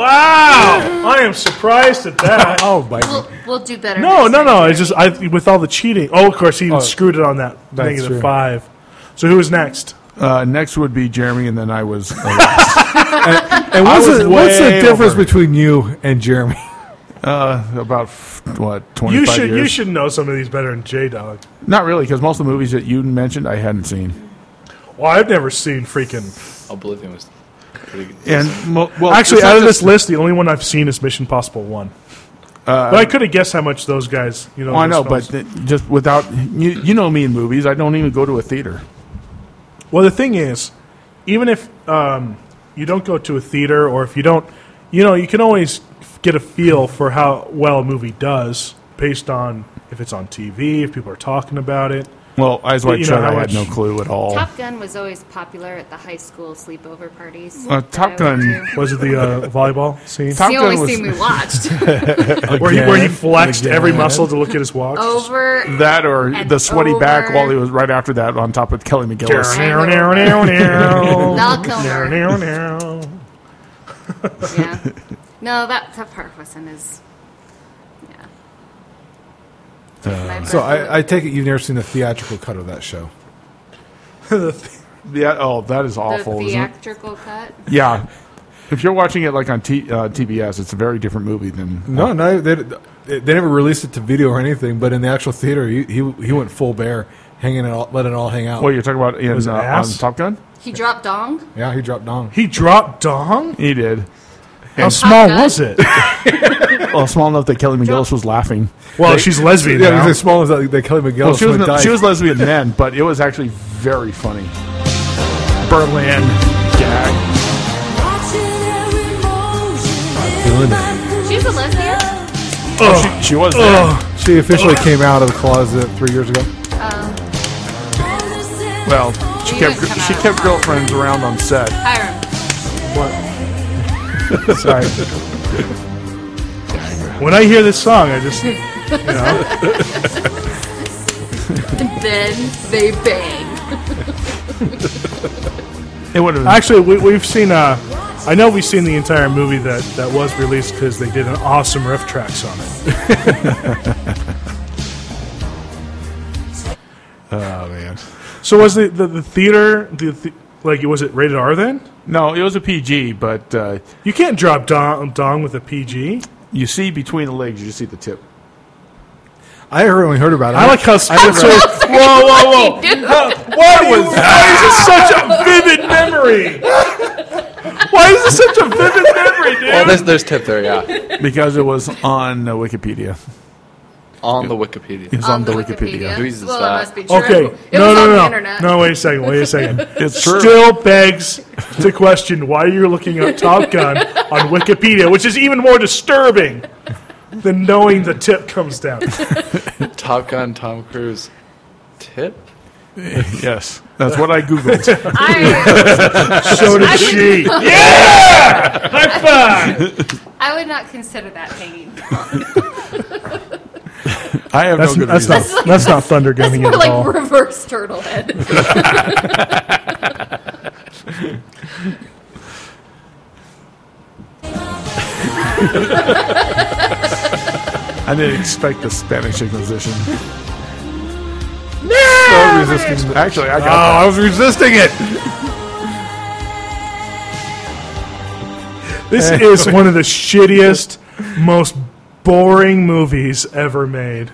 [SPEAKER 1] Wow! I am surprised at that.
[SPEAKER 3] Oh, by
[SPEAKER 7] We'll, we'll do better.
[SPEAKER 1] no,
[SPEAKER 7] next
[SPEAKER 1] no,
[SPEAKER 7] time,
[SPEAKER 1] no.
[SPEAKER 7] Jeremy.
[SPEAKER 1] It's just I with all the cheating. Oh, of course he screwed it on that
[SPEAKER 3] that's
[SPEAKER 1] negative
[SPEAKER 3] true.
[SPEAKER 1] five. So who is next?
[SPEAKER 5] Uh, next would be Jeremy, and then I was. uh,
[SPEAKER 3] and what's,
[SPEAKER 5] was
[SPEAKER 3] the, what's the
[SPEAKER 5] way
[SPEAKER 3] difference
[SPEAKER 5] over.
[SPEAKER 3] between you and Jeremy?
[SPEAKER 5] Uh, about f- what twenty?
[SPEAKER 1] You should
[SPEAKER 5] years?
[SPEAKER 1] you should know some of these better than J Dog.
[SPEAKER 5] Not really, because most of the movies that you mentioned, I hadn't seen.
[SPEAKER 1] Well, I've never seen freaking.
[SPEAKER 6] Oblivion was pretty good.
[SPEAKER 5] And mo- well,
[SPEAKER 1] Actually,
[SPEAKER 5] it's not
[SPEAKER 1] out of this
[SPEAKER 5] just-
[SPEAKER 1] list, the only one I've seen is Mission Possible One. but I could have guessed how much those guys, you know.
[SPEAKER 5] Oh, I
[SPEAKER 1] those
[SPEAKER 5] know, but
[SPEAKER 1] films-
[SPEAKER 5] th- just without you, you know me in movies, I don't even go to a theater.
[SPEAKER 1] Well, the thing is, even if um, you don't go to a theater or if you don't, you know, you can always get a feel for how well a movie does based on if it's on TV, if people are talking about it.
[SPEAKER 5] Well, Eyes Wide
[SPEAKER 1] you know
[SPEAKER 5] Shut,
[SPEAKER 1] how
[SPEAKER 5] I had
[SPEAKER 1] much-
[SPEAKER 5] no clue at all.
[SPEAKER 7] Top Gun was always popular at the high school sleepover parties.
[SPEAKER 5] Uh,
[SPEAKER 7] that
[SPEAKER 5] Top
[SPEAKER 7] I
[SPEAKER 5] Gun-
[SPEAKER 7] went to.
[SPEAKER 1] Was it the uh, volleyball scene?
[SPEAKER 7] It's
[SPEAKER 5] Top
[SPEAKER 7] the
[SPEAKER 5] Gun
[SPEAKER 7] only
[SPEAKER 5] was-
[SPEAKER 7] scene we watched.
[SPEAKER 1] Where he, where he flexed every muscle to look at his watch.
[SPEAKER 7] Over.
[SPEAKER 5] that or
[SPEAKER 7] and
[SPEAKER 5] the sweaty back
[SPEAKER 7] over.
[SPEAKER 5] while he was right after that on top of Kelly McGillis.
[SPEAKER 7] Val Kilmer.
[SPEAKER 1] Well,
[SPEAKER 7] yeah. No, that, that part wasn't as. Yeah. My
[SPEAKER 3] So
[SPEAKER 7] brother-
[SPEAKER 3] I, I take it you've never seen the theatrical cut of that show.
[SPEAKER 5] Yeah, oh, that is
[SPEAKER 7] the
[SPEAKER 5] awful. isn't it?
[SPEAKER 7] theatrical cut.
[SPEAKER 5] Yeah. If you're watching it like on T- uh, TBS, it's a very different movie than
[SPEAKER 3] No, no, they, they never released it to video or anything. But in the actual theater, he he, he went full bear, hanging it all, let it all hang out.
[SPEAKER 5] Well, you're talking about in,
[SPEAKER 1] Was it
[SPEAKER 5] uh, on
[SPEAKER 1] ass?
[SPEAKER 5] Top Gun.
[SPEAKER 7] He dropped dong.
[SPEAKER 3] yeah, he dropped down.
[SPEAKER 1] He dropped dong?
[SPEAKER 5] He did.
[SPEAKER 1] How small
[SPEAKER 7] Top Gun?
[SPEAKER 1] was it?
[SPEAKER 5] well, small enough that Kelly McGillis was laughing.
[SPEAKER 1] Well, she's lesbian
[SPEAKER 3] Yeah,
[SPEAKER 1] now.
[SPEAKER 3] he's as small as that, that Kelly McGill.
[SPEAKER 5] Well, she was she was lesbian then, but it was actually very funny. Berlin gag.
[SPEAKER 3] feeling
[SPEAKER 7] She's a lesbian?
[SPEAKER 5] Oh, she, she was. There.
[SPEAKER 3] she officially came out of the closet three years ago.
[SPEAKER 5] Well, she
[SPEAKER 7] You
[SPEAKER 5] kept
[SPEAKER 7] didn't come
[SPEAKER 5] she
[SPEAKER 7] out.
[SPEAKER 5] kept girlfriends around on set.
[SPEAKER 7] Hiram.
[SPEAKER 3] Sorry.
[SPEAKER 1] When I hear this song, I just
[SPEAKER 7] Then they bang.
[SPEAKER 5] It would have.
[SPEAKER 1] actually we, we've seen. Uh, I know we've seen the entire movie that that was released because they did an awesome riff tracks on it.
[SPEAKER 5] Oh man.
[SPEAKER 1] So was the the, the theater the, the like was it rated R then?
[SPEAKER 5] No, it was a PG, but uh,
[SPEAKER 1] You can't drop Dong, dong with a PG.
[SPEAKER 5] you see between the legs, you just see the tip.
[SPEAKER 3] I only heard about it.
[SPEAKER 1] I like how Spencer. Whoa, whoa, whoa! Why was? Why is this such a vivid memory? Why is this such a vivid memory, dude?
[SPEAKER 6] Well, Oh, there's, there's tip there, yeah.
[SPEAKER 5] Because it was on uh, Wikipedia.
[SPEAKER 6] On the
[SPEAKER 5] It
[SPEAKER 6] Wikipedia.
[SPEAKER 5] was on, the Wikipedia.
[SPEAKER 6] Jesus,
[SPEAKER 7] well,
[SPEAKER 6] that-
[SPEAKER 7] it must be Oh, true.
[SPEAKER 1] okay,
[SPEAKER 7] It
[SPEAKER 1] no,
[SPEAKER 7] was
[SPEAKER 1] no, no,
[SPEAKER 7] on the
[SPEAKER 1] no.
[SPEAKER 7] internet.
[SPEAKER 1] no. Wait a second. Wait a second.
[SPEAKER 5] It's true.
[SPEAKER 1] Still begs to question why you're looking up Top Gun on Wikipedia, which is even more disturbing than knowing the tip comes down.
[SPEAKER 6] Top Gun, Tom Cruise. Tip?
[SPEAKER 5] yes, that's what I googled.
[SPEAKER 7] I,
[SPEAKER 1] So did she. Yeah! High five!
[SPEAKER 7] I would not consider that hanging.
[SPEAKER 5] I have
[SPEAKER 1] That's,
[SPEAKER 5] no good
[SPEAKER 1] that's
[SPEAKER 5] reason.
[SPEAKER 1] not that's not thunder
[SPEAKER 7] That's
[SPEAKER 1] gunning
[SPEAKER 7] more
[SPEAKER 1] at
[SPEAKER 7] like
[SPEAKER 1] all.
[SPEAKER 7] reverse turtle head.
[SPEAKER 5] I didn't expect the Spanish Inquisition.
[SPEAKER 3] so resisting. the-
[SPEAKER 5] Actually, I
[SPEAKER 3] Oh,
[SPEAKER 5] got
[SPEAKER 3] I was resisting it.
[SPEAKER 1] This is one of the shittiest, most boring movies ever made.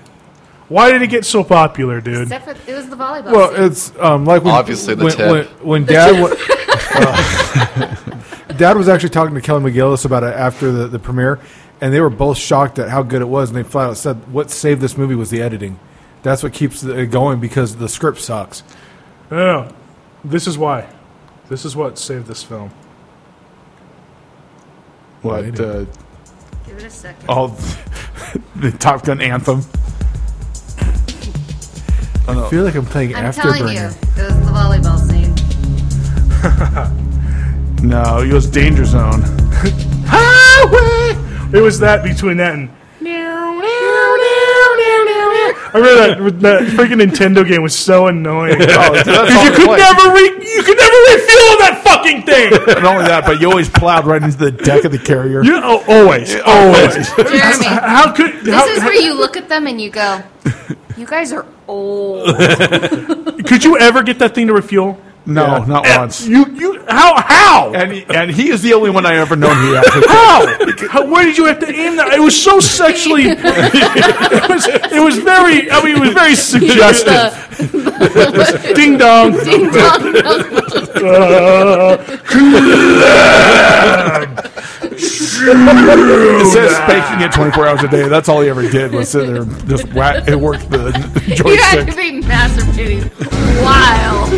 [SPEAKER 1] Why did it get so popular, dude?
[SPEAKER 7] Except for, it was the volleyball
[SPEAKER 3] Well,
[SPEAKER 7] scene.
[SPEAKER 3] it's um, like when,
[SPEAKER 6] Obviously the
[SPEAKER 3] when,
[SPEAKER 6] tip.
[SPEAKER 3] when, when dad wa- uh, dad was actually talking to Kelly McGillis about it after the, the premiere, and they were both shocked at how good it was, and they flat out said what saved this movie was the editing. That's what keeps it going because the script sucks.
[SPEAKER 1] No, no, no. Oh, This is why. This is what saved this film.
[SPEAKER 5] what uh,
[SPEAKER 7] Give it a second.
[SPEAKER 5] all the Top Gun anthem.
[SPEAKER 3] I feel like I'm playing
[SPEAKER 7] I'm telling you,
[SPEAKER 3] Afterburner.
[SPEAKER 7] it was the volleyball scene.
[SPEAKER 5] No, it was Danger Zone.
[SPEAKER 1] It was that between that and. I remember that, that freaking Nintendo game was so annoying.
[SPEAKER 5] Oh, that's all
[SPEAKER 1] you
[SPEAKER 5] it
[SPEAKER 1] could
[SPEAKER 5] was.
[SPEAKER 1] never re- you could never refuel that fucking thing.
[SPEAKER 5] Not only that, but you always plowed right into the deck of the carrier.
[SPEAKER 1] You oh, always, always.
[SPEAKER 7] Jeremy,
[SPEAKER 1] How could how,
[SPEAKER 7] this is where you look at them and you go, you guys are old.
[SPEAKER 1] could you ever get that thing to refuel?
[SPEAKER 5] no, not once.
[SPEAKER 1] You you how how?
[SPEAKER 5] And and he is the only one I ever known who actually.
[SPEAKER 1] How? How- Where did you have to aim that? It was so sexually. it, was, it was very. I mean, it was very suggestive.
[SPEAKER 7] The
[SPEAKER 1] Ding dong.
[SPEAKER 7] ding dong bell.
[SPEAKER 5] It says spanking it 24 hours a day. That's all he ever did was sit there and just whack. It worked the
[SPEAKER 7] You had to
[SPEAKER 5] joystick.
[SPEAKER 7] be masturbating while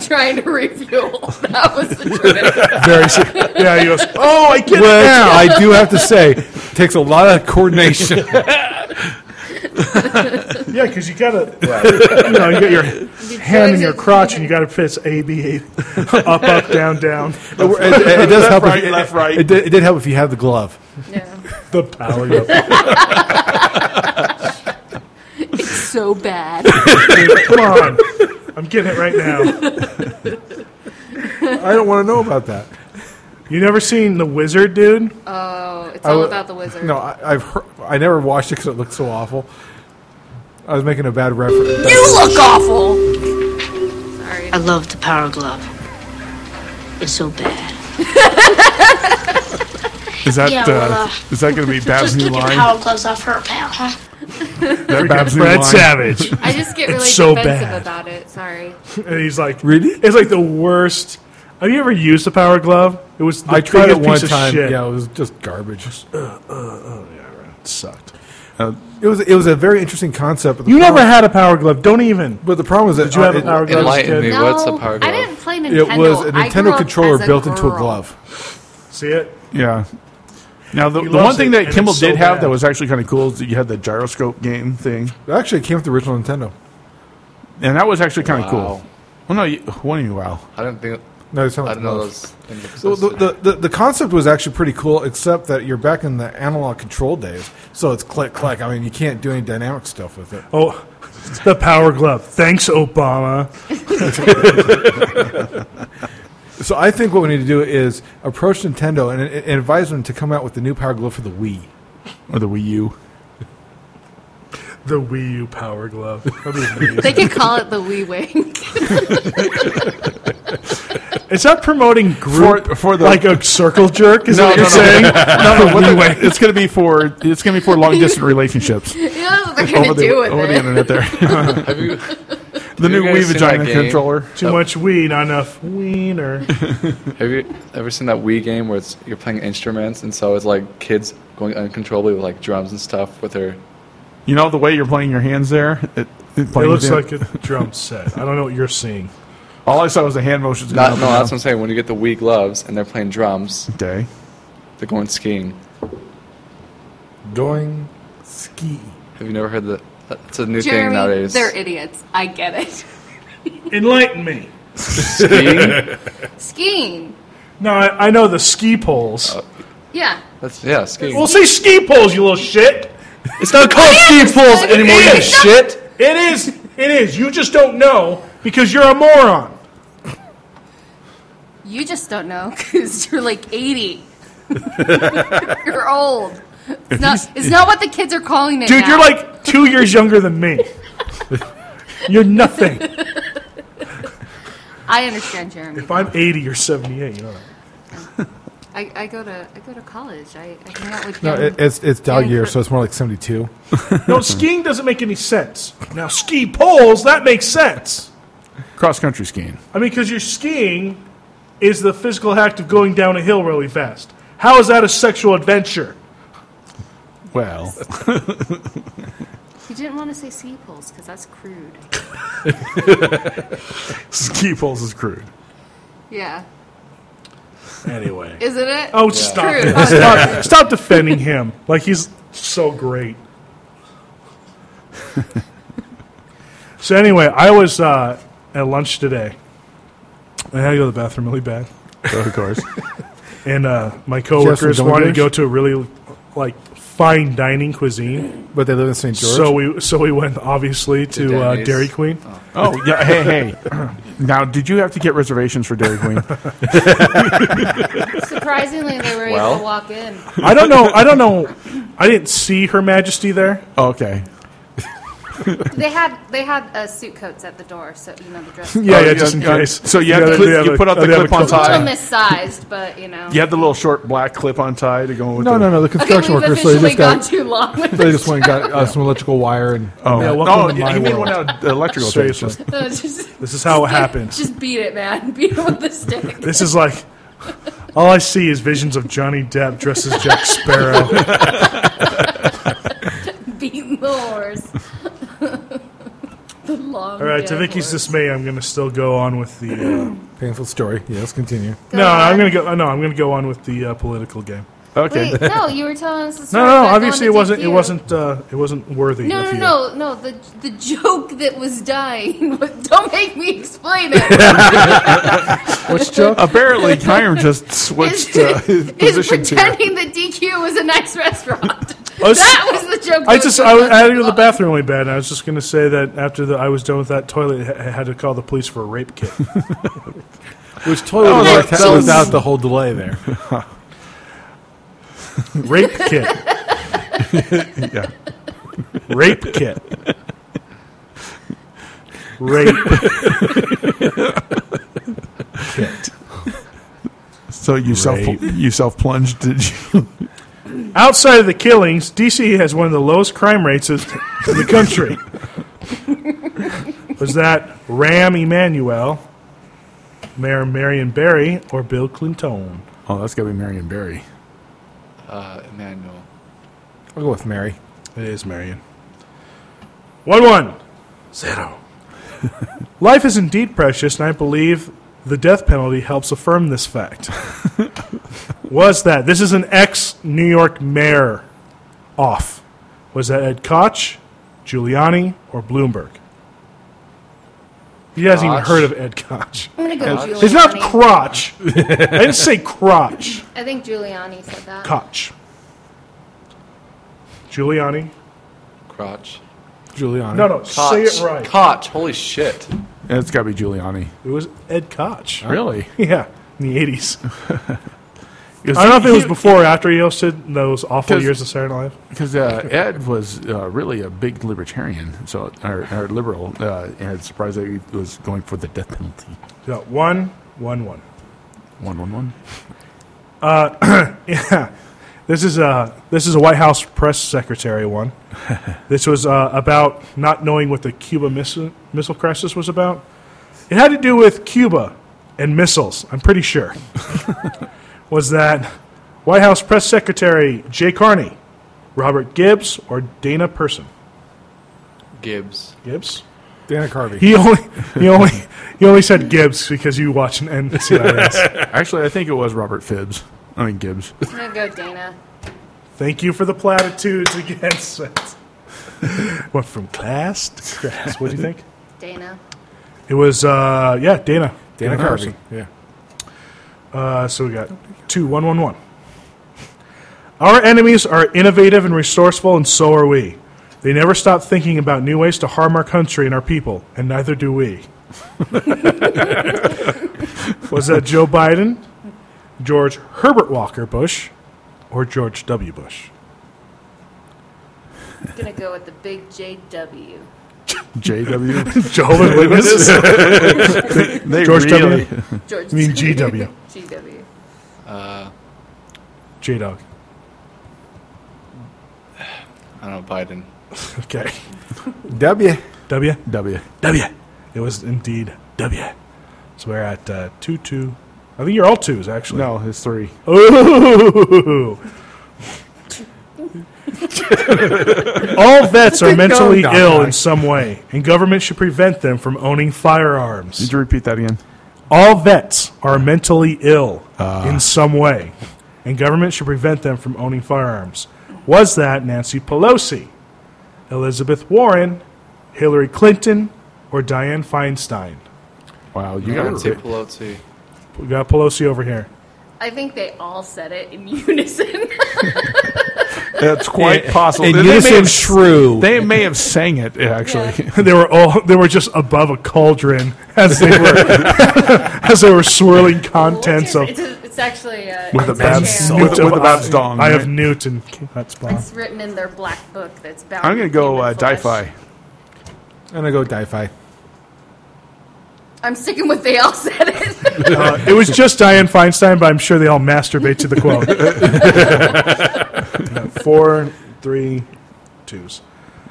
[SPEAKER 7] trying to refuel. That was the trick.
[SPEAKER 3] Very sick.
[SPEAKER 1] Yeah, he goes. Oh, I get
[SPEAKER 3] Which
[SPEAKER 1] it now.
[SPEAKER 3] I do have to say takes a lot of coordination.
[SPEAKER 1] Yeah, because you gotta. You know, you got your hand in your crotch, and you gotta fist A B A, up up down down.
[SPEAKER 3] it, it- it does help.
[SPEAKER 5] right,
[SPEAKER 3] if,
[SPEAKER 5] left, right.
[SPEAKER 3] It, did, it did help if you have the glove.
[SPEAKER 7] Yeah.
[SPEAKER 1] The power. Of
[SPEAKER 7] It's so bad.
[SPEAKER 1] Come on. I'm getting it right now.
[SPEAKER 3] I don't want to know about that.
[SPEAKER 1] You never seen The Wizard, dude?
[SPEAKER 7] Oh, it's
[SPEAKER 3] I
[SPEAKER 7] all
[SPEAKER 3] wa-
[SPEAKER 7] about the wizard.
[SPEAKER 3] No, I, I've heard, I never watched it because it looked so awful. I was making a bad reference.
[SPEAKER 7] You look awful. Sorry.
[SPEAKER 8] I love the power glove. It's so bad.
[SPEAKER 5] Is that
[SPEAKER 8] Yeah, well,
[SPEAKER 5] uh,
[SPEAKER 8] uh,
[SPEAKER 5] is that going to be Bab's
[SPEAKER 8] Just
[SPEAKER 5] new
[SPEAKER 8] keep your
[SPEAKER 5] line?
[SPEAKER 8] power gloves off her, pal, huh?
[SPEAKER 5] That Bab's new
[SPEAKER 1] Fred
[SPEAKER 5] line?
[SPEAKER 1] Savage.
[SPEAKER 7] I just get really
[SPEAKER 1] so
[SPEAKER 7] defensive
[SPEAKER 1] bad.
[SPEAKER 7] about it. Sorry.
[SPEAKER 1] And he's like,
[SPEAKER 3] Really?
[SPEAKER 1] It's like the worst. Have you ever used the power glove? It was the
[SPEAKER 3] I tried it
[SPEAKER 1] biggest
[SPEAKER 3] one
[SPEAKER 1] piece of
[SPEAKER 3] time.
[SPEAKER 1] shit.
[SPEAKER 3] Yeah, it was just garbage.
[SPEAKER 1] it sucked.
[SPEAKER 3] It was it was a very interesting concept. But the
[SPEAKER 1] You
[SPEAKER 3] problem-
[SPEAKER 1] never had a power glove. Don't even.
[SPEAKER 3] But the problem is that
[SPEAKER 1] Did you have a
[SPEAKER 3] it-
[SPEAKER 1] power glove? as a
[SPEAKER 6] Enlighten
[SPEAKER 1] kid?
[SPEAKER 6] me.
[SPEAKER 7] No,
[SPEAKER 6] What's a power
[SPEAKER 7] I
[SPEAKER 6] glove?
[SPEAKER 7] didn't play
[SPEAKER 3] It
[SPEAKER 7] Nintendo.
[SPEAKER 3] was a
[SPEAKER 7] I grew
[SPEAKER 3] Nintendo
[SPEAKER 7] up
[SPEAKER 3] controller
[SPEAKER 7] as
[SPEAKER 3] built into a
[SPEAKER 7] girl.
[SPEAKER 3] glove.
[SPEAKER 1] See it?
[SPEAKER 5] Yeah. Now the,
[SPEAKER 1] He
[SPEAKER 5] the one
[SPEAKER 1] loves
[SPEAKER 5] thing
[SPEAKER 1] it,
[SPEAKER 5] that
[SPEAKER 1] and
[SPEAKER 5] Kimball
[SPEAKER 1] it's so
[SPEAKER 5] did have
[SPEAKER 1] bad.
[SPEAKER 5] that was actually kind of cool is that you had the gyroscope game thing,
[SPEAKER 3] Actually, it came with the original Nintendo.
[SPEAKER 5] and that was actually kind of
[SPEAKER 6] Wow.
[SPEAKER 5] cool. Well, no, you, what do you wow?
[SPEAKER 6] I don't think.
[SPEAKER 3] No, it's not.
[SPEAKER 6] I don't know
[SPEAKER 3] those.
[SPEAKER 6] those. things
[SPEAKER 3] The,
[SPEAKER 6] existed.
[SPEAKER 3] the, the, the concept was actually pretty cool, except that you're back in the analog control days, so it's click click. I mean, you can't do any dynamic stuff with it.
[SPEAKER 1] Oh, the power glove. Thanks, Obama.
[SPEAKER 3] So I think what we need to do is approach Nintendo and, and advise them to come out with the new Power Glove for the Wii.
[SPEAKER 5] Or the Wii U?
[SPEAKER 1] The Wii U power glove. That'd be amazing.
[SPEAKER 7] They could call it the Wee Wink.
[SPEAKER 1] Is that promoting group
[SPEAKER 5] For- for the-
[SPEAKER 1] like a circle jerk? Is
[SPEAKER 5] No,
[SPEAKER 1] that what
[SPEAKER 5] no,
[SPEAKER 1] you're saying?
[SPEAKER 5] no, what the, it's going to be for it's going to be for long distance relationships
[SPEAKER 7] You know, that's what they're
[SPEAKER 5] over
[SPEAKER 7] gonna
[SPEAKER 5] the
[SPEAKER 7] do with
[SPEAKER 5] over
[SPEAKER 7] it.
[SPEAKER 5] the internet. There,
[SPEAKER 6] Have you,
[SPEAKER 5] the new
[SPEAKER 6] you guys
[SPEAKER 5] Wii
[SPEAKER 6] seen
[SPEAKER 5] vagina
[SPEAKER 6] that game?
[SPEAKER 5] controller.
[SPEAKER 1] Too much weed, not enough wiener.
[SPEAKER 6] have you ever seen that Wii game where it's you're playing instruments and so it's like kids going uncontrollably with like drums and stuff with their
[SPEAKER 5] You know the way you're playing your hands there. It, it,
[SPEAKER 1] It
[SPEAKER 5] playing
[SPEAKER 1] looks
[SPEAKER 5] the-
[SPEAKER 1] like a drum set. I don't know what you're seeing.
[SPEAKER 5] all I saw was the hand motions. going
[SPEAKER 6] Not,
[SPEAKER 5] up
[SPEAKER 6] no,
[SPEAKER 5] and
[SPEAKER 6] that's what
[SPEAKER 5] down.
[SPEAKER 6] I'm saying. When you get the Wii gloves and they're playing drums,
[SPEAKER 5] okay.
[SPEAKER 6] they're going skiing.
[SPEAKER 3] Going ski.
[SPEAKER 6] Have you never heard that? That's a new thing
[SPEAKER 7] Jeremy,
[SPEAKER 6] nowadays.
[SPEAKER 7] they're idiots. I get it.
[SPEAKER 1] Enlighten me.
[SPEAKER 6] Skiing?
[SPEAKER 7] Skiing.
[SPEAKER 1] No, I, I know the ski poles.
[SPEAKER 7] Yeah.
[SPEAKER 6] That's, yeah, skiing.
[SPEAKER 1] Well, say ski poles, you little shit.
[SPEAKER 6] it's not called ski pools anymore, you shit!
[SPEAKER 1] It is. It is. You just don't know because you're a moron.
[SPEAKER 7] You just don't know because you're like 80. you're old. It's not, it's not what the kids are calling it.
[SPEAKER 1] Dude,
[SPEAKER 7] now.
[SPEAKER 1] you're like two years younger than me. You're nothing.
[SPEAKER 7] I understand, Jeremy.
[SPEAKER 1] If I'm 80 or 78, you know that.
[SPEAKER 7] I, I go to I go to college. I, I hang out with
[SPEAKER 3] No,
[SPEAKER 7] young-
[SPEAKER 3] it, it's it's dog
[SPEAKER 7] Yeah.
[SPEAKER 3] year, so it's more like seventy two.
[SPEAKER 1] No, skiing doesn't make any sense. Now, ski poles, that makes sense.
[SPEAKER 5] Cross country skiing.
[SPEAKER 1] I mean, because you're skiing is the physical act of going down a hill really fast. How is that a sexual adventure?
[SPEAKER 5] Well,
[SPEAKER 7] You didn't want to say ski poles because that's crude.
[SPEAKER 5] ski poles is crude.
[SPEAKER 7] Yeah,
[SPEAKER 1] Anyway.
[SPEAKER 7] isn't it?
[SPEAKER 1] Oh, stop
[SPEAKER 7] Crude.
[SPEAKER 1] it. Stop, stop defending him. Like, he's so great. so, anyway, I was uh, at lunch today. I had to go to the bathroom really bad.
[SPEAKER 5] Of course.
[SPEAKER 1] and uh, my
[SPEAKER 3] have some
[SPEAKER 1] coworkers wanted to
[SPEAKER 3] donors?
[SPEAKER 1] go to a really like fine dining cuisine.
[SPEAKER 3] But they live in St. George.
[SPEAKER 1] So we so we went obviously to uh,
[SPEAKER 6] Denny's.
[SPEAKER 1] Dairy Queen.
[SPEAKER 5] Oh yeah. Hey hey. now, did you have to get reservations for Dairy Queen?
[SPEAKER 7] Surprisingly, they were able
[SPEAKER 6] Well.
[SPEAKER 7] to walk in.
[SPEAKER 1] I don't know. I don't know. I didn't see Her Majesty there.
[SPEAKER 5] Oh, okay.
[SPEAKER 7] They had they had uh, suit coats at the door, so you know the dress.
[SPEAKER 1] Yeah,
[SPEAKER 5] Oh,
[SPEAKER 1] yeah, just in
[SPEAKER 5] yeah,
[SPEAKER 1] case.
[SPEAKER 5] So you, have
[SPEAKER 1] Yeah,
[SPEAKER 5] the
[SPEAKER 1] they-
[SPEAKER 5] clip,
[SPEAKER 1] they have
[SPEAKER 5] you
[SPEAKER 1] a-
[SPEAKER 5] put up
[SPEAKER 1] they
[SPEAKER 5] the
[SPEAKER 1] have a
[SPEAKER 5] clip on
[SPEAKER 1] clip.
[SPEAKER 7] A little
[SPEAKER 5] tie.
[SPEAKER 7] missized, but you know.
[SPEAKER 5] You had the little short black clip on tie to go with.
[SPEAKER 3] no,
[SPEAKER 5] the,
[SPEAKER 3] no, no. The
[SPEAKER 7] Okay,
[SPEAKER 3] construction
[SPEAKER 7] we've
[SPEAKER 3] workers. So they
[SPEAKER 7] officially
[SPEAKER 3] just
[SPEAKER 7] gone
[SPEAKER 3] got
[SPEAKER 7] too long. with
[SPEAKER 3] they just went and got uh, some electrical wire and
[SPEAKER 5] Oh,
[SPEAKER 1] Yeah,
[SPEAKER 5] no,
[SPEAKER 1] welcome to
[SPEAKER 5] yeah,
[SPEAKER 1] my
[SPEAKER 5] he made
[SPEAKER 1] world.
[SPEAKER 5] one out of uh, electrical tape.
[SPEAKER 1] Seriously,
[SPEAKER 7] this. Just-
[SPEAKER 1] this is how it happens.
[SPEAKER 7] Just beat it, man. Beat it with the stick.
[SPEAKER 1] This is like all I see is visions of Johnny Depp dressed as Jack Sparrow.
[SPEAKER 7] Beating the horse. the long.
[SPEAKER 1] All right, to
[SPEAKER 7] dead
[SPEAKER 1] Vicky's
[SPEAKER 7] horse.
[SPEAKER 1] dismay, I'm going to still go on with the. Uh,
[SPEAKER 3] painful story. Yeah, let's continue.
[SPEAKER 1] no, I'm
[SPEAKER 7] on.
[SPEAKER 1] going to go. No, I'm going to go on with the uh, political game.
[SPEAKER 5] Okay.
[SPEAKER 7] Wait, no, you were telling us the story.
[SPEAKER 1] No, no, no.
[SPEAKER 7] about
[SPEAKER 1] Obviously, it
[SPEAKER 7] going to
[SPEAKER 1] wasn't. It
[SPEAKER 7] DQ.
[SPEAKER 1] wasn't. Uh, it wasn't worthy.
[SPEAKER 7] No,
[SPEAKER 1] of
[SPEAKER 7] no,
[SPEAKER 1] you.
[SPEAKER 7] no, no. The the joke that was dying. was- Don't make me explain it.
[SPEAKER 3] Which joke?
[SPEAKER 5] Apparently, Kyron just switched uh, his
[SPEAKER 7] Is is
[SPEAKER 5] position here.
[SPEAKER 7] pretending that DQ was a nice restaurant.
[SPEAKER 1] was-
[SPEAKER 7] that was the joke. that
[SPEAKER 1] Oh, I
[SPEAKER 7] was
[SPEAKER 1] just
[SPEAKER 7] going
[SPEAKER 1] I, was, I had to
[SPEAKER 7] on.
[SPEAKER 1] go to the bathroom really bad, and I was just going to say that after the, I was done with that toilet, I I had to call the police for a rape kit.
[SPEAKER 3] Which totally
[SPEAKER 5] was
[SPEAKER 3] worked
[SPEAKER 5] like-
[SPEAKER 3] out without the whole delay there.
[SPEAKER 1] rape kit.
[SPEAKER 5] Yeah.
[SPEAKER 1] Rape kit. Rape.
[SPEAKER 5] So you self
[SPEAKER 1] Rape.
[SPEAKER 5] you self plunged. Did you?
[SPEAKER 1] Outside of the killings, DC has one of the lowest crime rates in the country. Was that Ram Emanuel? Mayor Marion Barry or Bill Clinton?
[SPEAKER 5] Oh, that's got to be Marion Barry.
[SPEAKER 6] Uh, Emmanuel.
[SPEAKER 3] I'll go with Mary.
[SPEAKER 1] It is Marion. 1 1. Zero. Life is indeed precious, and I believe the death penalty helps affirm this fact. Was that? This is an ex New York mayor off. Was that Ed Koch, Giuliani, or Bloomberg? You guys even
[SPEAKER 6] Koch.
[SPEAKER 1] heard of Ed Koch.
[SPEAKER 7] I'm gonna go Giuliani.
[SPEAKER 1] It's not crotch. I didn't say crotch.
[SPEAKER 7] I think Giuliani said that.
[SPEAKER 1] Koch. Giuliani.
[SPEAKER 6] Crotch.
[SPEAKER 3] Giuliani.
[SPEAKER 1] No, no,
[SPEAKER 6] Koch.
[SPEAKER 1] say it right.
[SPEAKER 6] Koch. Holy shit.
[SPEAKER 5] It's got to be Giuliani.
[SPEAKER 1] It was Ed Koch.
[SPEAKER 5] Really?
[SPEAKER 1] Yeah, in the 80s. I don't know if it was before or after he hosted those awful
[SPEAKER 5] 'Cause-
[SPEAKER 1] years of Saturday Night Live.
[SPEAKER 5] Because uh, Ed was uh, really a big libertarian, so or, or liberal, uh, and it's surprised that he was going for the death penalty.
[SPEAKER 1] So one, one, one.
[SPEAKER 5] One, one, one.
[SPEAKER 1] Yeah, this is a this is a White House press secretary one. this was uh, about not knowing what the Cuba missile missile crisis was about. It had to do with Cuba and missiles. I'm pretty sure. was that White House press secretary Jay Carney, Robert Gibbs, or Dana Person?
[SPEAKER 6] Gibbs.
[SPEAKER 1] Gibbs.
[SPEAKER 3] Dana Carvey.
[SPEAKER 1] He only he only he only said Gibbs because you watch an NCIS.
[SPEAKER 5] Actually, I think it was Robert Fibbs. I mean Gibbs.
[SPEAKER 7] I'm gonna go Dana.
[SPEAKER 1] Thank you for the platitudes against it. Went from class to crass. What do you think?
[SPEAKER 7] Dana.
[SPEAKER 1] It was uh, yeah, Dana.
[SPEAKER 3] Dana Carvey.
[SPEAKER 1] Carson.
[SPEAKER 3] Yeah.
[SPEAKER 1] Uh, so we got two, one, one, one. Our enemies are innovative and resourceful, and so are we. They never stop thinking about new ways to harm our country and our people, and neither do we. was that Joe Biden, George Herbert Walker Bush, or George W. Bush?
[SPEAKER 7] I'm gonna go with the big JW.
[SPEAKER 5] J.W.
[SPEAKER 1] Jehovah's Witness.
[SPEAKER 5] They
[SPEAKER 1] George
[SPEAKER 5] really-
[SPEAKER 1] W.
[SPEAKER 7] George.
[SPEAKER 1] I mean GW.
[SPEAKER 7] GW.
[SPEAKER 1] J Dog.
[SPEAKER 6] I don't know, Biden.
[SPEAKER 1] Okay.
[SPEAKER 3] W.
[SPEAKER 1] W.
[SPEAKER 5] W.
[SPEAKER 1] W. It was indeed W. So we're at uh, two two. I think you're all twos actually.
[SPEAKER 5] No, it's three.
[SPEAKER 1] Ooh. all vets are mentally
[SPEAKER 3] Dong
[SPEAKER 1] ill
[SPEAKER 3] Dong.
[SPEAKER 1] in some way, and government should prevent them from owning firearms.
[SPEAKER 5] Did you repeat that again?
[SPEAKER 1] All vets are mentally ill
[SPEAKER 5] Ah.
[SPEAKER 1] in some way, and government should prevent them from owning firearms. Was that Nancy Pelosi, Elizabeth Warren, Hillary Clinton, or Dianne Feinstein?
[SPEAKER 5] Wow, you
[SPEAKER 6] I would
[SPEAKER 5] got
[SPEAKER 6] say
[SPEAKER 5] it.
[SPEAKER 6] Pelosi.
[SPEAKER 1] We got Pelosi over here.
[SPEAKER 7] I think they all said it in unison.
[SPEAKER 5] That's quite possible.
[SPEAKER 3] And
[SPEAKER 5] they, may
[SPEAKER 3] unison
[SPEAKER 5] have,
[SPEAKER 3] shrew.
[SPEAKER 5] they may have sang it actually.
[SPEAKER 1] they were all they were just above a cauldron as they were as they were swirling contents of
[SPEAKER 7] It's, a- it's actually uh,
[SPEAKER 1] With
[SPEAKER 7] it's
[SPEAKER 1] the Babs
[SPEAKER 7] chair.
[SPEAKER 1] Newt
[SPEAKER 5] With- with
[SPEAKER 1] of-
[SPEAKER 5] the Babs Dong,
[SPEAKER 1] I
[SPEAKER 5] right?
[SPEAKER 1] have Newt and that's bomb.
[SPEAKER 7] It's written in their black book. That's bound.
[SPEAKER 5] I'm gonna
[SPEAKER 7] with
[SPEAKER 5] go
[SPEAKER 7] human
[SPEAKER 5] uh,
[SPEAKER 7] flesh.
[SPEAKER 5] Di-Fi.
[SPEAKER 3] And I go Di-Fi.
[SPEAKER 7] I'm sticking with they all said it.
[SPEAKER 1] Uh, it was just Diane Feinstein, but I'm sure they all masturbate to the quote. No, Four, three, twos.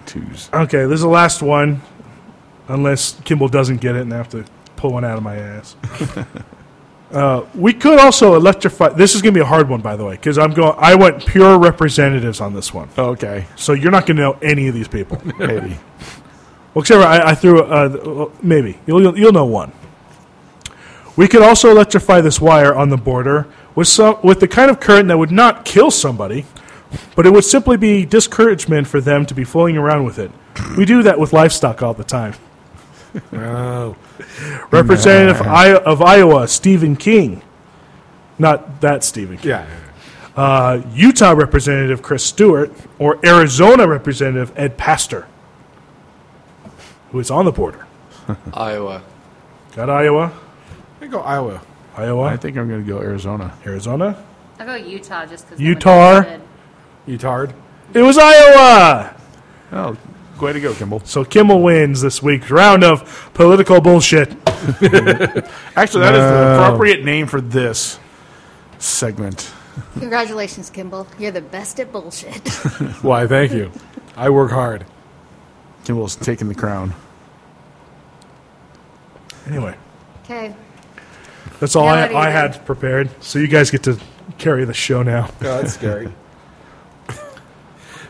[SPEAKER 5] Twos.
[SPEAKER 1] Okay, this is the last one, unless Kimball doesn't get it and I have to pull one out of my ass. Uh, we could also electrify. This is going to be a hard one, by the way, because I'm going. I went pure representatives on this one,
[SPEAKER 5] Okay,
[SPEAKER 1] so you're not going to know any of these people. well,
[SPEAKER 5] maybe.
[SPEAKER 1] except for I, I threw uh, th- well, maybe you'll, you'll you'll know one. We could also electrify this wire on the border with some with the kind of current that would not kill somebody, but it would simply be discouragement for them to be fooling around with it. We do that with livestock all the time. Representative I- of Iowa Stephen King, not that Stephen King.
[SPEAKER 3] Yeah.
[SPEAKER 1] Uh, Utah Representative Chris Stewart or Arizona Representative Ed Pastor, who is on the border.
[SPEAKER 6] Iowa.
[SPEAKER 1] Got Iowa,
[SPEAKER 3] I go Iowa.
[SPEAKER 1] Iowa,
[SPEAKER 5] I think I'm gonna go Arizona.
[SPEAKER 1] Arizona.
[SPEAKER 7] I'll go Utah just because
[SPEAKER 1] Utah.
[SPEAKER 3] Utard.
[SPEAKER 1] It was Iowa.
[SPEAKER 5] Oh, way to go, Kimball.
[SPEAKER 1] So Kimmel wins this week's round of political bullshit.
[SPEAKER 5] Actually, that is
[SPEAKER 3] No.
[SPEAKER 5] the appropriate name for this segment.
[SPEAKER 7] Congratulations, Kimball. You're the best at bullshit.
[SPEAKER 3] Why, thank you. I work hard.
[SPEAKER 5] Kimball's taking the crown.
[SPEAKER 1] Anyway,
[SPEAKER 7] Okay.
[SPEAKER 1] That's all
[SPEAKER 7] Yeah,
[SPEAKER 1] I,
[SPEAKER 7] what do you
[SPEAKER 1] I
[SPEAKER 7] do?
[SPEAKER 1] had prepared. So you guys get to carry the show now.
[SPEAKER 3] Oh, that's scary.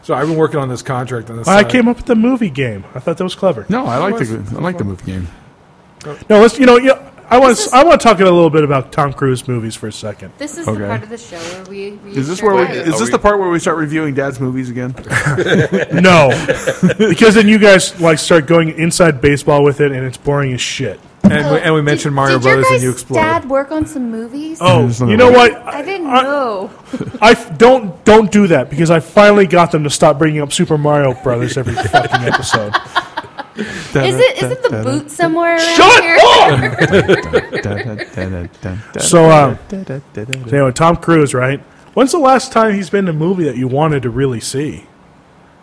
[SPEAKER 3] so I've been working on this contract on this.
[SPEAKER 1] I came up with the movie game. I thought that was clever.
[SPEAKER 5] No, I like the I like the movie game.
[SPEAKER 1] No, let's. You know, you know, I want.
[SPEAKER 7] This is-
[SPEAKER 1] I want to talk a little bit about Tom Cruise movies for a second.
[SPEAKER 7] This is
[SPEAKER 5] Okay.
[SPEAKER 7] the part of the show where we. we
[SPEAKER 5] Is this
[SPEAKER 7] share
[SPEAKER 5] where we,
[SPEAKER 7] bios.
[SPEAKER 6] Wait,
[SPEAKER 5] is
[SPEAKER 6] are
[SPEAKER 5] this
[SPEAKER 6] we-
[SPEAKER 5] the part where we start reviewing Dad's movies again?
[SPEAKER 1] No, because then you guys like start going inside baseball with it, and it's boring as shit.
[SPEAKER 3] and, we, and we mentioned
[SPEAKER 7] did,
[SPEAKER 3] Mario
[SPEAKER 7] did
[SPEAKER 3] Brothers
[SPEAKER 7] your
[SPEAKER 3] and
[SPEAKER 7] guys
[SPEAKER 3] you exploded.
[SPEAKER 7] Dad work on some movies?
[SPEAKER 1] Oh,
[SPEAKER 5] There's nothing
[SPEAKER 1] you know
[SPEAKER 5] wrong.
[SPEAKER 1] what?
[SPEAKER 7] I didn't
[SPEAKER 1] I-
[SPEAKER 7] know.
[SPEAKER 1] I f- don't don't do that because I finally got them to stop bringing up Super Mario Brothers every fucking episode.
[SPEAKER 7] Is it isn't the boot somewhere around here?
[SPEAKER 1] So, um,
[SPEAKER 3] uh,
[SPEAKER 1] Anyway, Tom Cruise, right? When's the last time he's been in a movie that you wanted to really see?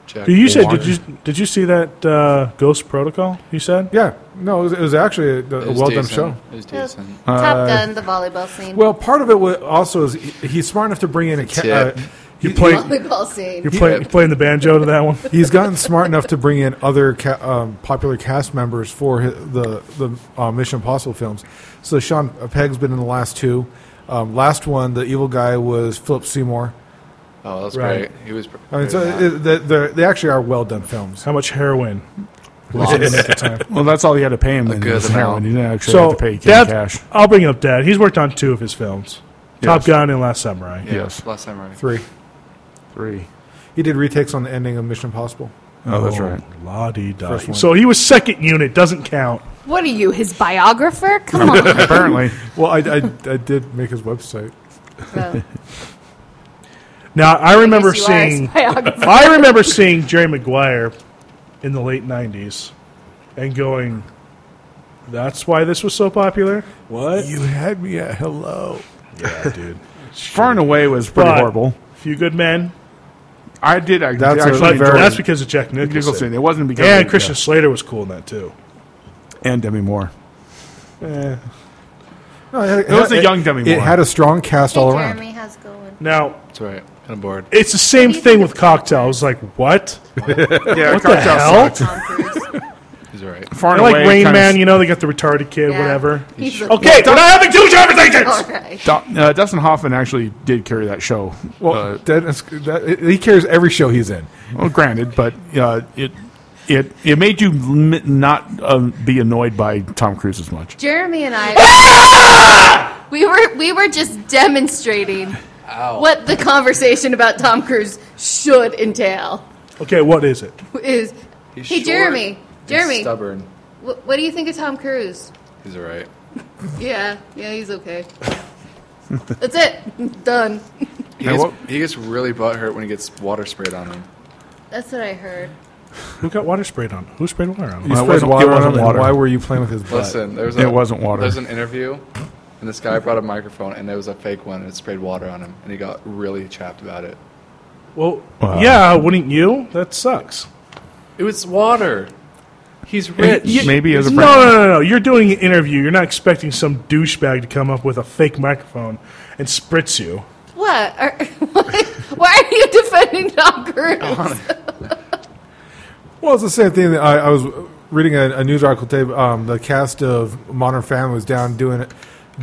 [SPEAKER 6] Jack
[SPEAKER 1] Did you said did
[SPEAKER 6] Warner.
[SPEAKER 1] you did you see that uh, Ghost Protocol? You said
[SPEAKER 3] Yeah, no, it was, it was actually a,
[SPEAKER 6] It
[SPEAKER 3] a
[SPEAKER 6] was
[SPEAKER 3] well done show.
[SPEAKER 6] decent. It was
[SPEAKER 7] The
[SPEAKER 6] decent.
[SPEAKER 7] Top Gun, the volleyball scene,
[SPEAKER 3] Well, part of it was also is he, he's smart enough to bring in a. Ca-
[SPEAKER 6] Tip.
[SPEAKER 3] uh, he,
[SPEAKER 1] play-
[SPEAKER 7] volleyball scene.
[SPEAKER 1] you're playing you're playing the banjo to that one.
[SPEAKER 3] he's gotten smart enough to bring in other ca- um, popular cast members for hi the the uh, Mission Impossible films. So Sean Pegg's been in the last two. Um, last one, the evil guy was Philip Seymour.
[SPEAKER 6] Oh, that was
[SPEAKER 1] Right.
[SPEAKER 6] great. He was. pr-
[SPEAKER 3] I mean, so
[SPEAKER 6] great in
[SPEAKER 3] it,
[SPEAKER 6] that.
[SPEAKER 3] the, the, they actually are well done films.
[SPEAKER 1] How much heroin? was in it at the time?
[SPEAKER 5] Well, that's all he had to pay him. then.
[SPEAKER 6] good
[SPEAKER 5] It was
[SPEAKER 6] amount.
[SPEAKER 5] heroin. He didn't actually
[SPEAKER 1] So
[SPEAKER 5] have to pay
[SPEAKER 1] Dad,
[SPEAKER 5] cash.
[SPEAKER 1] I'll bring up Dad. He's worked on two of his films, Top
[SPEAKER 5] Yes.
[SPEAKER 1] Gun and Last Samurai.
[SPEAKER 6] Yeah,
[SPEAKER 5] Yes.
[SPEAKER 6] Last time right.
[SPEAKER 3] Three.
[SPEAKER 5] Three.
[SPEAKER 3] He did retakes on the ending of Mission Impossible.
[SPEAKER 5] Oh, that's right.
[SPEAKER 1] La di da.
[SPEAKER 3] First one.
[SPEAKER 1] So he was second unit. Doesn't count.
[SPEAKER 7] What are you, his biographer? Come on.
[SPEAKER 5] Apparently,
[SPEAKER 3] Well, I, I, I did make his website.
[SPEAKER 7] Well,
[SPEAKER 1] Now I remember
[SPEAKER 7] guess you are his
[SPEAKER 1] seeing.
[SPEAKER 7] biographer.
[SPEAKER 1] I remember seeing Jerry Maguire in the late '90s, and going, "That's why this was so popular." What?
[SPEAKER 3] You had me at hello.
[SPEAKER 1] Yeah, dude.
[SPEAKER 5] Far and Away was pretty
[SPEAKER 1] But-
[SPEAKER 5] horrible.
[SPEAKER 1] Few Good Men.
[SPEAKER 5] I did. I
[SPEAKER 3] That's a
[SPEAKER 5] actually
[SPEAKER 1] But
[SPEAKER 5] enjoy
[SPEAKER 1] that's because of Jack Nicholson.
[SPEAKER 5] Nicholson. It wasn't because
[SPEAKER 1] And
[SPEAKER 5] of-
[SPEAKER 1] Christian Slater was cool in that too.
[SPEAKER 5] yeah. and Demi Moore.
[SPEAKER 3] No, it,
[SPEAKER 5] was a young Demi
[SPEAKER 3] It
[SPEAKER 5] Moore.
[SPEAKER 3] had a strong cast
[SPEAKER 7] hey,
[SPEAKER 3] all around.
[SPEAKER 7] Jeremy, how's it going?
[SPEAKER 1] Now
[SPEAKER 6] That's right. Kind of bored.
[SPEAKER 1] it's the same
[SPEAKER 7] do you
[SPEAKER 1] thing
[SPEAKER 7] think
[SPEAKER 1] with
[SPEAKER 7] of Cocktail?
[SPEAKER 1] Cocktail. I was like, what?
[SPEAKER 5] Yeah,
[SPEAKER 1] What the hell?
[SPEAKER 7] Tom Cruise.
[SPEAKER 6] He's all right.
[SPEAKER 5] Far
[SPEAKER 1] They're
[SPEAKER 5] and
[SPEAKER 1] like
[SPEAKER 5] Away.
[SPEAKER 1] Rain
[SPEAKER 5] kinda
[SPEAKER 1] Man,
[SPEAKER 5] s-
[SPEAKER 1] you know, they got the retarded kid,
[SPEAKER 7] Yeah.
[SPEAKER 1] whatever.
[SPEAKER 7] He's the-
[SPEAKER 1] Okay, we're not having two
[SPEAKER 7] All
[SPEAKER 1] conversations.
[SPEAKER 7] right.
[SPEAKER 5] Do- uh, Dustin Hoffman actually did carry that show.
[SPEAKER 3] Well,
[SPEAKER 5] Uh,
[SPEAKER 3] Dennis, that, he carries every show he's in.
[SPEAKER 5] Well, granted, but uh, it it it made you m- not um, be annoyed by Tom Cruise as much.
[SPEAKER 7] Jeremy and I. we were we were just demonstrating what the conversation about Tom Cruise should entail.
[SPEAKER 1] Okay, what is it?
[SPEAKER 7] Is
[SPEAKER 6] He's
[SPEAKER 7] hey
[SPEAKER 6] short
[SPEAKER 7] Jeremy,
[SPEAKER 6] and
[SPEAKER 7] Jeremy,
[SPEAKER 6] Stubborn.
[SPEAKER 7] wh- what do you think of Tom Cruise?
[SPEAKER 6] He's all right.
[SPEAKER 7] Yeah, yeah, he's okay. That's it. Done.
[SPEAKER 6] He
[SPEAKER 5] Now
[SPEAKER 6] gets,
[SPEAKER 5] what-
[SPEAKER 6] he gets really butthurt when he gets water sprayed on him.
[SPEAKER 7] That's what I heard.
[SPEAKER 1] Who got water sprayed on? Who sprayed water on?
[SPEAKER 3] He
[SPEAKER 5] Well, it
[SPEAKER 3] spread
[SPEAKER 5] wasn't-
[SPEAKER 3] water
[SPEAKER 5] it
[SPEAKER 3] on
[SPEAKER 5] wasn't
[SPEAKER 3] him. and
[SPEAKER 5] water.
[SPEAKER 3] Why were you playing with his butt?
[SPEAKER 6] Listen, there's
[SPEAKER 5] it
[SPEAKER 6] a,
[SPEAKER 5] wasn't water.
[SPEAKER 6] There's an interview, and this guy brought a microphone, and there was a fake one, and it sprayed water on him, and he got really chapped about it.
[SPEAKER 1] Well,
[SPEAKER 5] Wow.
[SPEAKER 1] yeah, wouldn't you? That sucks.
[SPEAKER 6] It was water. He's
[SPEAKER 5] It-
[SPEAKER 6] rich.
[SPEAKER 5] Maybe as a
[SPEAKER 1] No,
[SPEAKER 5] friend.
[SPEAKER 1] no, no, no. You're doing an interview. You're not expecting some douchebag to come up with a fake microphone and spritz you.
[SPEAKER 7] What? Are, why are you defending Tom Cruise?
[SPEAKER 3] Well, it's the same thing. That I, I was reading a, a news article today. Um, the cast of Modern Family was down doing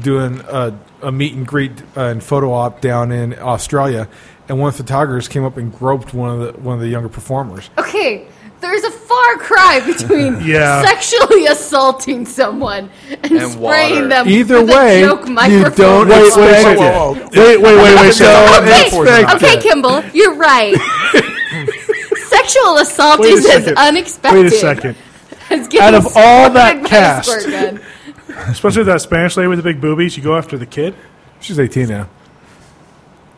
[SPEAKER 3] doing a, a meet and greet uh, and photo op down in Australia, and one of the photographers came up and groped one of the one of the younger performers.
[SPEAKER 7] Okay, there's a far cry between
[SPEAKER 1] Yeah.
[SPEAKER 7] sexually assaulting someone and,
[SPEAKER 6] And
[SPEAKER 7] spraying
[SPEAKER 6] water.
[SPEAKER 7] them.
[SPEAKER 3] Either
[SPEAKER 7] with a
[SPEAKER 3] way,
[SPEAKER 7] joke
[SPEAKER 3] you
[SPEAKER 7] microphone.
[SPEAKER 3] don't
[SPEAKER 7] Wait,
[SPEAKER 3] expect
[SPEAKER 1] wait,
[SPEAKER 3] it.
[SPEAKER 1] whoa, Wait, wait, wait, wait.
[SPEAKER 3] Don't
[SPEAKER 7] Okay,
[SPEAKER 3] expect
[SPEAKER 7] okay,
[SPEAKER 3] it.
[SPEAKER 7] Kimball, you're right. Sexual assault
[SPEAKER 1] Wait a
[SPEAKER 7] is as
[SPEAKER 1] second.
[SPEAKER 7] unexpected.
[SPEAKER 1] Wait a second.
[SPEAKER 7] as getting
[SPEAKER 1] Out of all
[SPEAKER 7] sprayed
[SPEAKER 1] that
[SPEAKER 7] by a
[SPEAKER 1] cast.
[SPEAKER 7] squirt gun.
[SPEAKER 1] Especially that Spanish lady with the big boobies. You go after the kid.
[SPEAKER 3] She's eighteen now.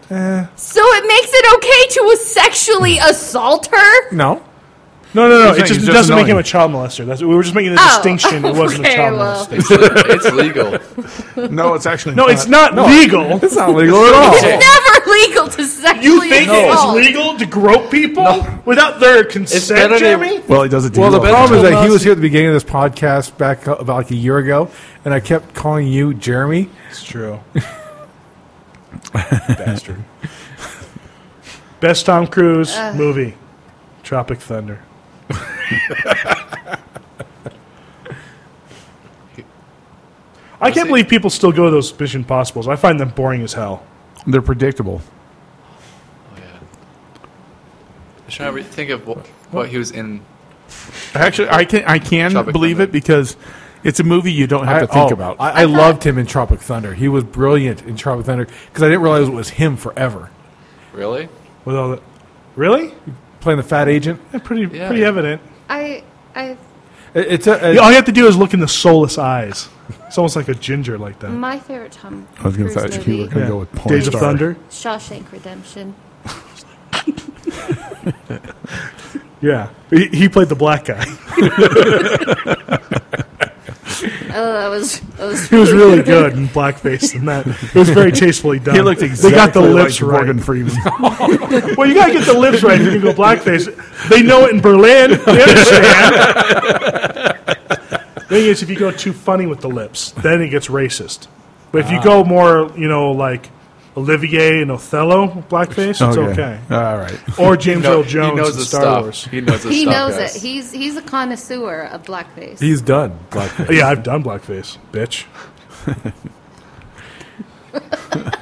[SPEAKER 7] So it makes it okay to sexually assault her?
[SPEAKER 3] No,
[SPEAKER 1] No, no, no. It
[SPEAKER 5] He's saying
[SPEAKER 1] just
[SPEAKER 5] he's
[SPEAKER 1] it
[SPEAKER 5] just
[SPEAKER 1] doesn't make him
[SPEAKER 5] annoying.
[SPEAKER 1] a child molester. That's, we were just making the
[SPEAKER 7] Oh,
[SPEAKER 1] distinction. It wasn't a
[SPEAKER 7] okay,
[SPEAKER 1] child
[SPEAKER 7] well.
[SPEAKER 1] molester.
[SPEAKER 6] it's legal.
[SPEAKER 5] No, it's actually
[SPEAKER 1] No, it's not legal.
[SPEAKER 3] it's not legal at all.
[SPEAKER 7] It's never legal to
[SPEAKER 1] You
[SPEAKER 7] sexually
[SPEAKER 1] think it
[SPEAKER 7] assault.
[SPEAKER 1] is legal to grope people without their consent,
[SPEAKER 6] better to-
[SPEAKER 1] Jeremy?
[SPEAKER 5] Well, he does it. To
[SPEAKER 3] Well,
[SPEAKER 5] you
[SPEAKER 3] the
[SPEAKER 5] all
[SPEAKER 3] problem is
[SPEAKER 5] time.
[SPEAKER 3] that he was here at the beginning of this podcast back uh, about like a year ago, and I kept calling you Jeremy.
[SPEAKER 1] It's true. Bastard. Best Tom Cruise movie Tropic Thunder. I can't believe people still go to those Mission Possibles. I find them boring as hell.
[SPEAKER 5] They're predictable.
[SPEAKER 6] Oh, yeah. I was trying to re- think of what, what he was in.
[SPEAKER 5] Actually, I can I can
[SPEAKER 6] Tropic
[SPEAKER 5] believe
[SPEAKER 6] Thunder.
[SPEAKER 5] it because it's a movie you don't have to think
[SPEAKER 3] oh,
[SPEAKER 5] about.
[SPEAKER 3] I, I loved him in Tropic Thunder. He was brilliant in Tropic Thunder because I didn't realize it was him forever
[SPEAKER 6] Really?
[SPEAKER 1] With all the, really?
[SPEAKER 3] playing the fat agent.
[SPEAKER 1] Yeah, pretty
[SPEAKER 6] Yeah.
[SPEAKER 1] pretty evident.
[SPEAKER 7] I, I,
[SPEAKER 3] It- it's a,
[SPEAKER 1] Yeah, all you have to do is look in the soulless eyes. It's almost like a ginger like that.
[SPEAKER 7] my favorite Tom
[SPEAKER 5] I was going to
[SPEAKER 7] Cruise
[SPEAKER 5] say you
[SPEAKER 7] movie,
[SPEAKER 5] were going to
[SPEAKER 1] Yeah.
[SPEAKER 5] go with Porn
[SPEAKER 1] Days
[SPEAKER 5] Star.
[SPEAKER 1] of Thunder.
[SPEAKER 7] Shawshank Redemption.
[SPEAKER 1] Yeah, he, he played the black guy.
[SPEAKER 7] Oh, that was that was
[SPEAKER 1] He was really good in blackface and that. It was very tastefully done.
[SPEAKER 5] He looked exactly
[SPEAKER 1] they got the lips
[SPEAKER 5] like
[SPEAKER 1] right.
[SPEAKER 5] Morgan Freeman.
[SPEAKER 1] Well, you gotta get the lips right if you go blackface. They know it in Berlin. They understand. Thing is, if you go too funny with the lips, then it gets racist. But if
[SPEAKER 5] Ah.
[SPEAKER 1] you go more, you know, like Olivier and Othello blackface,
[SPEAKER 5] Oh,
[SPEAKER 1] it's okay.
[SPEAKER 5] All right.
[SPEAKER 1] Or James
[SPEAKER 6] No,
[SPEAKER 1] Earl Jones
[SPEAKER 6] he knows
[SPEAKER 1] in
[SPEAKER 6] his
[SPEAKER 1] Star
[SPEAKER 6] stuff.
[SPEAKER 1] Wars.
[SPEAKER 6] He knows his
[SPEAKER 7] He
[SPEAKER 6] stuff,
[SPEAKER 7] knows
[SPEAKER 6] guys.
[SPEAKER 7] it. He's he's a connoisseur of blackface.
[SPEAKER 3] he's done. Blackface.
[SPEAKER 1] Yeah, I've done blackface, bitch.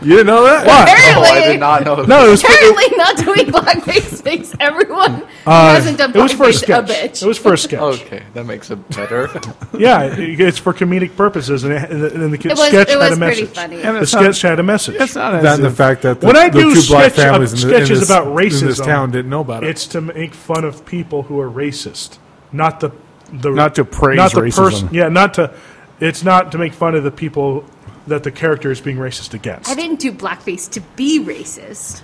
[SPEAKER 3] you didn't know that?
[SPEAKER 6] Oh, I
[SPEAKER 7] Apparently,
[SPEAKER 6] did not know.
[SPEAKER 1] No, it was for, it,
[SPEAKER 7] apparently not doing blackface makes everyone who hasn't done
[SPEAKER 1] Uh, it was for a
[SPEAKER 7] blackface a
[SPEAKER 1] sketch.
[SPEAKER 7] bitch.
[SPEAKER 1] It was for a sketch.
[SPEAKER 5] Oh,
[SPEAKER 6] Okay, that makes it better.
[SPEAKER 1] Yeah, it- it's for comedic purposes, and, it, and the- and the
[SPEAKER 7] It was,
[SPEAKER 1] sketch had
[SPEAKER 7] it was
[SPEAKER 1] a
[SPEAKER 7] pretty
[SPEAKER 1] message.
[SPEAKER 7] funny.
[SPEAKER 5] And
[SPEAKER 1] The
[SPEAKER 5] it's not,
[SPEAKER 1] sketch had a message.
[SPEAKER 5] it's not as
[SPEAKER 3] That and the
[SPEAKER 5] if-
[SPEAKER 3] fact that the,
[SPEAKER 1] When I
[SPEAKER 3] the
[SPEAKER 1] do
[SPEAKER 3] two black
[SPEAKER 1] sketch up-
[SPEAKER 3] families in, the, in
[SPEAKER 1] sketches
[SPEAKER 3] this,
[SPEAKER 1] about
[SPEAKER 3] in this
[SPEAKER 1] racism,
[SPEAKER 3] town didn't know about it.
[SPEAKER 1] It's to make fun of people who are racist, not the the
[SPEAKER 5] Not to praise
[SPEAKER 1] not the
[SPEAKER 5] racism.
[SPEAKER 1] person. Yeah, not to. It's not to make fun of the people that the character is being racist
[SPEAKER 7] I
[SPEAKER 1] against.
[SPEAKER 7] didn't do blackface to be racist.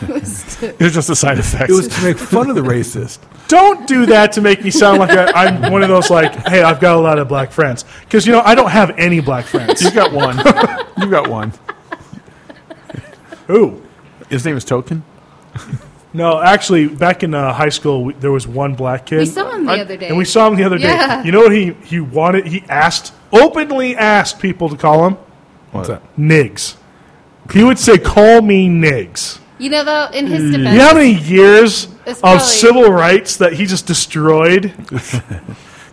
[SPEAKER 7] It was to-
[SPEAKER 5] It's just a side effect.
[SPEAKER 3] it was to make fun of the racist.
[SPEAKER 1] Don't do that to make me sound like I, I'm one of those like, hey, I've got a lot of black friends because you know I don't have any black friends.
[SPEAKER 5] you got one. you got one.
[SPEAKER 1] Ooh.
[SPEAKER 5] His name is Token.
[SPEAKER 1] No, actually, back in uh, high school, we, there was one black kid.
[SPEAKER 7] We saw him the other day.
[SPEAKER 1] and we saw him the other day.
[SPEAKER 7] Yeah.
[SPEAKER 1] You know what he he wanted? He asked openly asked people to call him
[SPEAKER 5] What's that?
[SPEAKER 1] Niggs. He would say, "Call me Niggs."
[SPEAKER 7] you know, though, in his defense,
[SPEAKER 1] You know how many years
[SPEAKER 7] It's
[SPEAKER 1] of
[SPEAKER 7] probably-
[SPEAKER 1] civil rights that he just destroyed?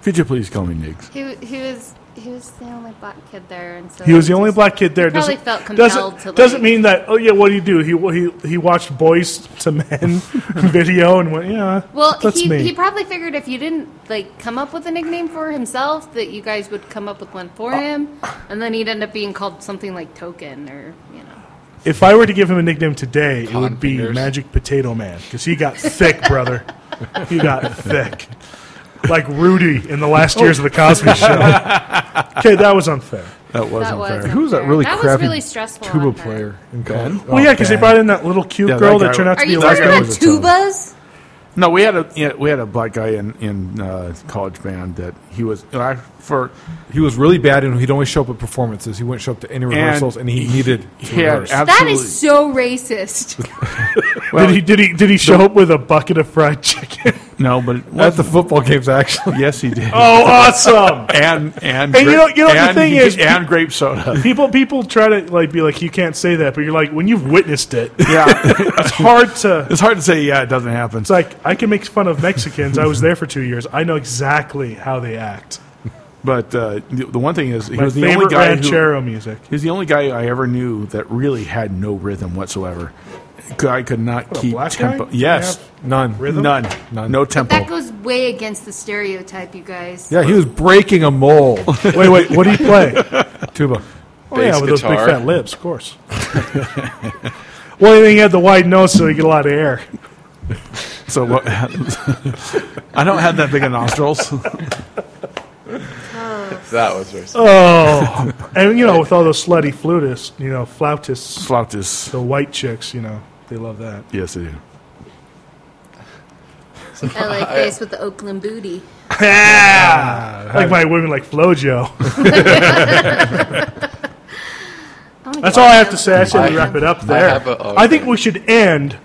[SPEAKER 5] Could you please call me Niggs?
[SPEAKER 7] he, he was he was the only black kid there, and so
[SPEAKER 1] He was the only
[SPEAKER 7] just-
[SPEAKER 1] black kid there.
[SPEAKER 7] probably
[SPEAKER 1] doesn't,
[SPEAKER 7] felt compelled
[SPEAKER 1] doesn't,
[SPEAKER 7] to, like-
[SPEAKER 1] doesn't mean that. Oh yeah, what do you do? He he he watched Boys to Men video and went, yeah,
[SPEAKER 7] Well,
[SPEAKER 1] that's
[SPEAKER 7] he,
[SPEAKER 1] me.
[SPEAKER 7] he probably figured if you didn't like come up with a nickname for himself, that you guys would come up with one for him, and then he'd end up being called something like Token or you know.
[SPEAKER 1] If I were to give him a nickname today, it would be
[SPEAKER 6] fingers.
[SPEAKER 1] Magic Potato Man because he got thick, brother. he got thick, like Rudy in the last years of the Cosby Show. Okay, that was unfair.
[SPEAKER 5] That was
[SPEAKER 7] That
[SPEAKER 5] not
[SPEAKER 7] was
[SPEAKER 5] fair.
[SPEAKER 7] unfair.
[SPEAKER 3] Who was that really
[SPEAKER 7] That was
[SPEAKER 3] crappy
[SPEAKER 7] really stressful
[SPEAKER 3] tuba
[SPEAKER 7] on her.
[SPEAKER 3] player in college? Oh,
[SPEAKER 1] well, yeah, because they brought in that little cute
[SPEAKER 5] Yeah, that
[SPEAKER 1] girl that,
[SPEAKER 5] guy
[SPEAKER 1] turned out
[SPEAKER 7] Are
[SPEAKER 1] to be
[SPEAKER 7] you
[SPEAKER 1] a
[SPEAKER 7] talking
[SPEAKER 1] lesbian.
[SPEAKER 7] about
[SPEAKER 5] was a total-
[SPEAKER 7] tubas?
[SPEAKER 5] No, we had a yeah, we had a black guy in in uh, college band that he was I, for
[SPEAKER 3] He was really bad, and he'd only show up at performances. He wouldn't show up to any rehearsals, and, he needed to
[SPEAKER 5] he had
[SPEAKER 3] rehearse.
[SPEAKER 7] That
[SPEAKER 5] absolutely
[SPEAKER 7] is so racist.
[SPEAKER 5] well,
[SPEAKER 1] did he did he did he show up with a bucket of fried chicken?
[SPEAKER 5] no, but it
[SPEAKER 3] at
[SPEAKER 5] was,
[SPEAKER 3] the football games, actually.
[SPEAKER 5] yes, he did.
[SPEAKER 1] oh, awesome!
[SPEAKER 5] And and
[SPEAKER 1] And you know- you know what the
[SPEAKER 5] and
[SPEAKER 1] thing
[SPEAKER 5] he-
[SPEAKER 1] is-
[SPEAKER 5] and grape soda.
[SPEAKER 1] People people try to like be like you can't say that, but you're like when you've witnessed it,
[SPEAKER 5] yeah,
[SPEAKER 1] it's hard to.
[SPEAKER 5] it's hard to say. Yeah, it doesn't happen.
[SPEAKER 1] It's like I can make fun of Mexicans. I was there for two years. I know exactly how they act.
[SPEAKER 5] But uh, the, the one thing is, he
[SPEAKER 1] My
[SPEAKER 5] was the only
[SPEAKER 1] favorite
[SPEAKER 5] guy who,
[SPEAKER 1] ranchero music.
[SPEAKER 5] He's the only guy I ever knew that really had no rhythm whatsoever. Guy could not
[SPEAKER 1] a
[SPEAKER 5] keep
[SPEAKER 1] black guy?
[SPEAKER 5] tempo.
[SPEAKER 1] Did he
[SPEAKER 5] Yes,
[SPEAKER 3] None.
[SPEAKER 1] Rhythm?
[SPEAKER 5] none,
[SPEAKER 3] None.
[SPEAKER 5] no
[SPEAKER 7] that
[SPEAKER 5] tempo.
[SPEAKER 7] goes way against the stereotype, you guys.
[SPEAKER 3] Yeah, he was breaking a mole.
[SPEAKER 1] Wait, wait, what do you play?
[SPEAKER 3] Tuba.
[SPEAKER 1] Oh, yeah,
[SPEAKER 6] Bass
[SPEAKER 1] with those big
[SPEAKER 6] guitar.
[SPEAKER 1] fat lips, of course. well, then he had the wide nose, so he get a lot of air.
[SPEAKER 5] So what? I don't have that big of nostrils.
[SPEAKER 6] that was racist.
[SPEAKER 1] Oh, and you know, with all those slutty flutists, you know, flautists,
[SPEAKER 5] Flautist.
[SPEAKER 1] the white chicks, you know, they love that.
[SPEAKER 5] Yes, I do.
[SPEAKER 7] I like face with the Oakland booty.
[SPEAKER 1] Like my women, like FloJo.
[SPEAKER 7] Oh my
[SPEAKER 1] That's
[SPEAKER 7] God.
[SPEAKER 1] all I have to say. I should
[SPEAKER 6] I-
[SPEAKER 1] wrap it up
[SPEAKER 6] I
[SPEAKER 1] there.
[SPEAKER 6] have a- oh,
[SPEAKER 1] I think
[SPEAKER 6] okay.
[SPEAKER 1] we should end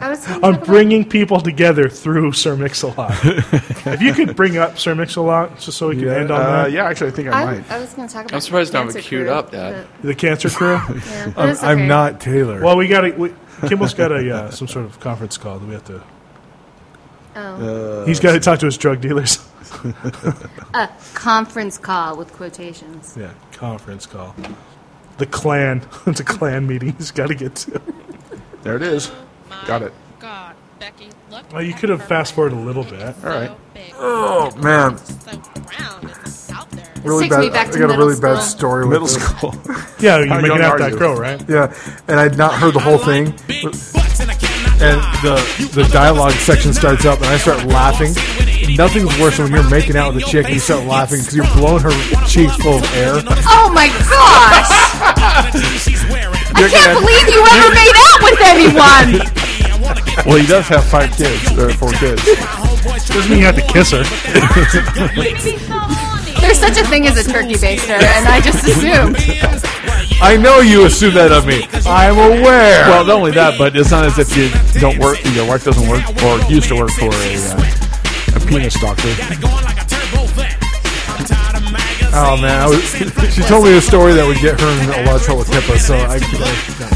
[SPEAKER 7] I was gonna talk
[SPEAKER 1] on
[SPEAKER 7] about-
[SPEAKER 1] bringing people together through Sir Mix-a-Lot. if you could bring up Sir Mix-a-Lot, just so we can end on
[SPEAKER 5] Uh,
[SPEAKER 1] that.
[SPEAKER 5] yeah, actually, I think I
[SPEAKER 7] I,
[SPEAKER 5] might.
[SPEAKER 7] I was going to talk about.
[SPEAKER 6] I'm surprised
[SPEAKER 7] the
[SPEAKER 6] no one
[SPEAKER 7] cancer
[SPEAKER 6] queued
[SPEAKER 7] crew,
[SPEAKER 6] up that.
[SPEAKER 1] The Cancer Crew.
[SPEAKER 7] but- yeah, but
[SPEAKER 3] I'm,
[SPEAKER 7] it's okay.
[SPEAKER 3] I'm not Taylor.
[SPEAKER 1] Well, we got to. Kimball's got a uh, some sort of conference call that we have to.
[SPEAKER 7] Oh.
[SPEAKER 1] Uh, He's got to talk to his drug dealers.
[SPEAKER 7] A conference call with quotations.
[SPEAKER 1] Yeah, conference call. The clan. it's a clan meeting. He's got to get to.
[SPEAKER 5] There it is. Got it.
[SPEAKER 9] God, Becky, look.
[SPEAKER 1] Well, you
[SPEAKER 9] at
[SPEAKER 1] could have
[SPEAKER 9] her
[SPEAKER 1] fast forwarded a
[SPEAKER 9] face.
[SPEAKER 1] little
[SPEAKER 9] It
[SPEAKER 1] bit.
[SPEAKER 9] is
[SPEAKER 5] All right.
[SPEAKER 9] so big.
[SPEAKER 3] Oh man,
[SPEAKER 9] It's so round. It's out there.
[SPEAKER 3] really
[SPEAKER 7] takes
[SPEAKER 3] bad.
[SPEAKER 7] me back
[SPEAKER 3] I
[SPEAKER 7] to
[SPEAKER 3] got a
[SPEAKER 7] middle
[SPEAKER 3] really bad
[SPEAKER 7] school.
[SPEAKER 3] story. with
[SPEAKER 5] Middle
[SPEAKER 3] this.
[SPEAKER 5] school.
[SPEAKER 1] Yeah, you
[SPEAKER 5] How
[SPEAKER 1] make
[SPEAKER 5] young
[SPEAKER 1] it
[SPEAKER 5] are
[SPEAKER 1] out that
[SPEAKER 5] you?
[SPEAKER 1] girl, right?
[SPEAKER 3] Yeah, and I'd not heard the whole thing. And the the dialogue section starts up, and I start laughing. Nothing's worse than when you're making out with a chick and you start laughing because you're blowing her cheeks full of air.
[SPEAKER 7] Oh my gosh! I can't believe you ever made out with anyone.
[SPEAKER 5] Well, he does have five kids, or four kids.
[SPEAKER 1] Doesn't mean you have to kiss her.
[SPEAKER 7] There's such a thing as a turkey baster, and I just assume.
[SPEAKER 3] I know you assume that of me. I'm aware.
[SPEAKER 5] Well, not only that, but it's not as if you don't work, your wife doesn't work, or used to work for a, uh, a penis doctor.
[SPEAKER 3] oh man, I was, she told me a story that would get her in a lot of trouble with HIPAA, so I.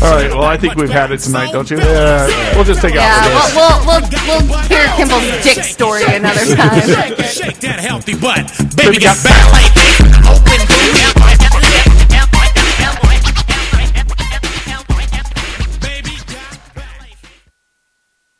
[SPEAKER 5] All right, well, I think we've had it tonight, don't you? Yeah. We'll just take
[SPEAKER 7] Yeah,
[SPEAKER 5] out with
[SPEAKER 7] we'll,
[SPEAKER 5] this.
[SPEAKER 7] we'll, we'll, we'll hear Kimball's dick story another time.
[SPEAKER 10] Shake that healthy butt. Baby got back like this. Open, down,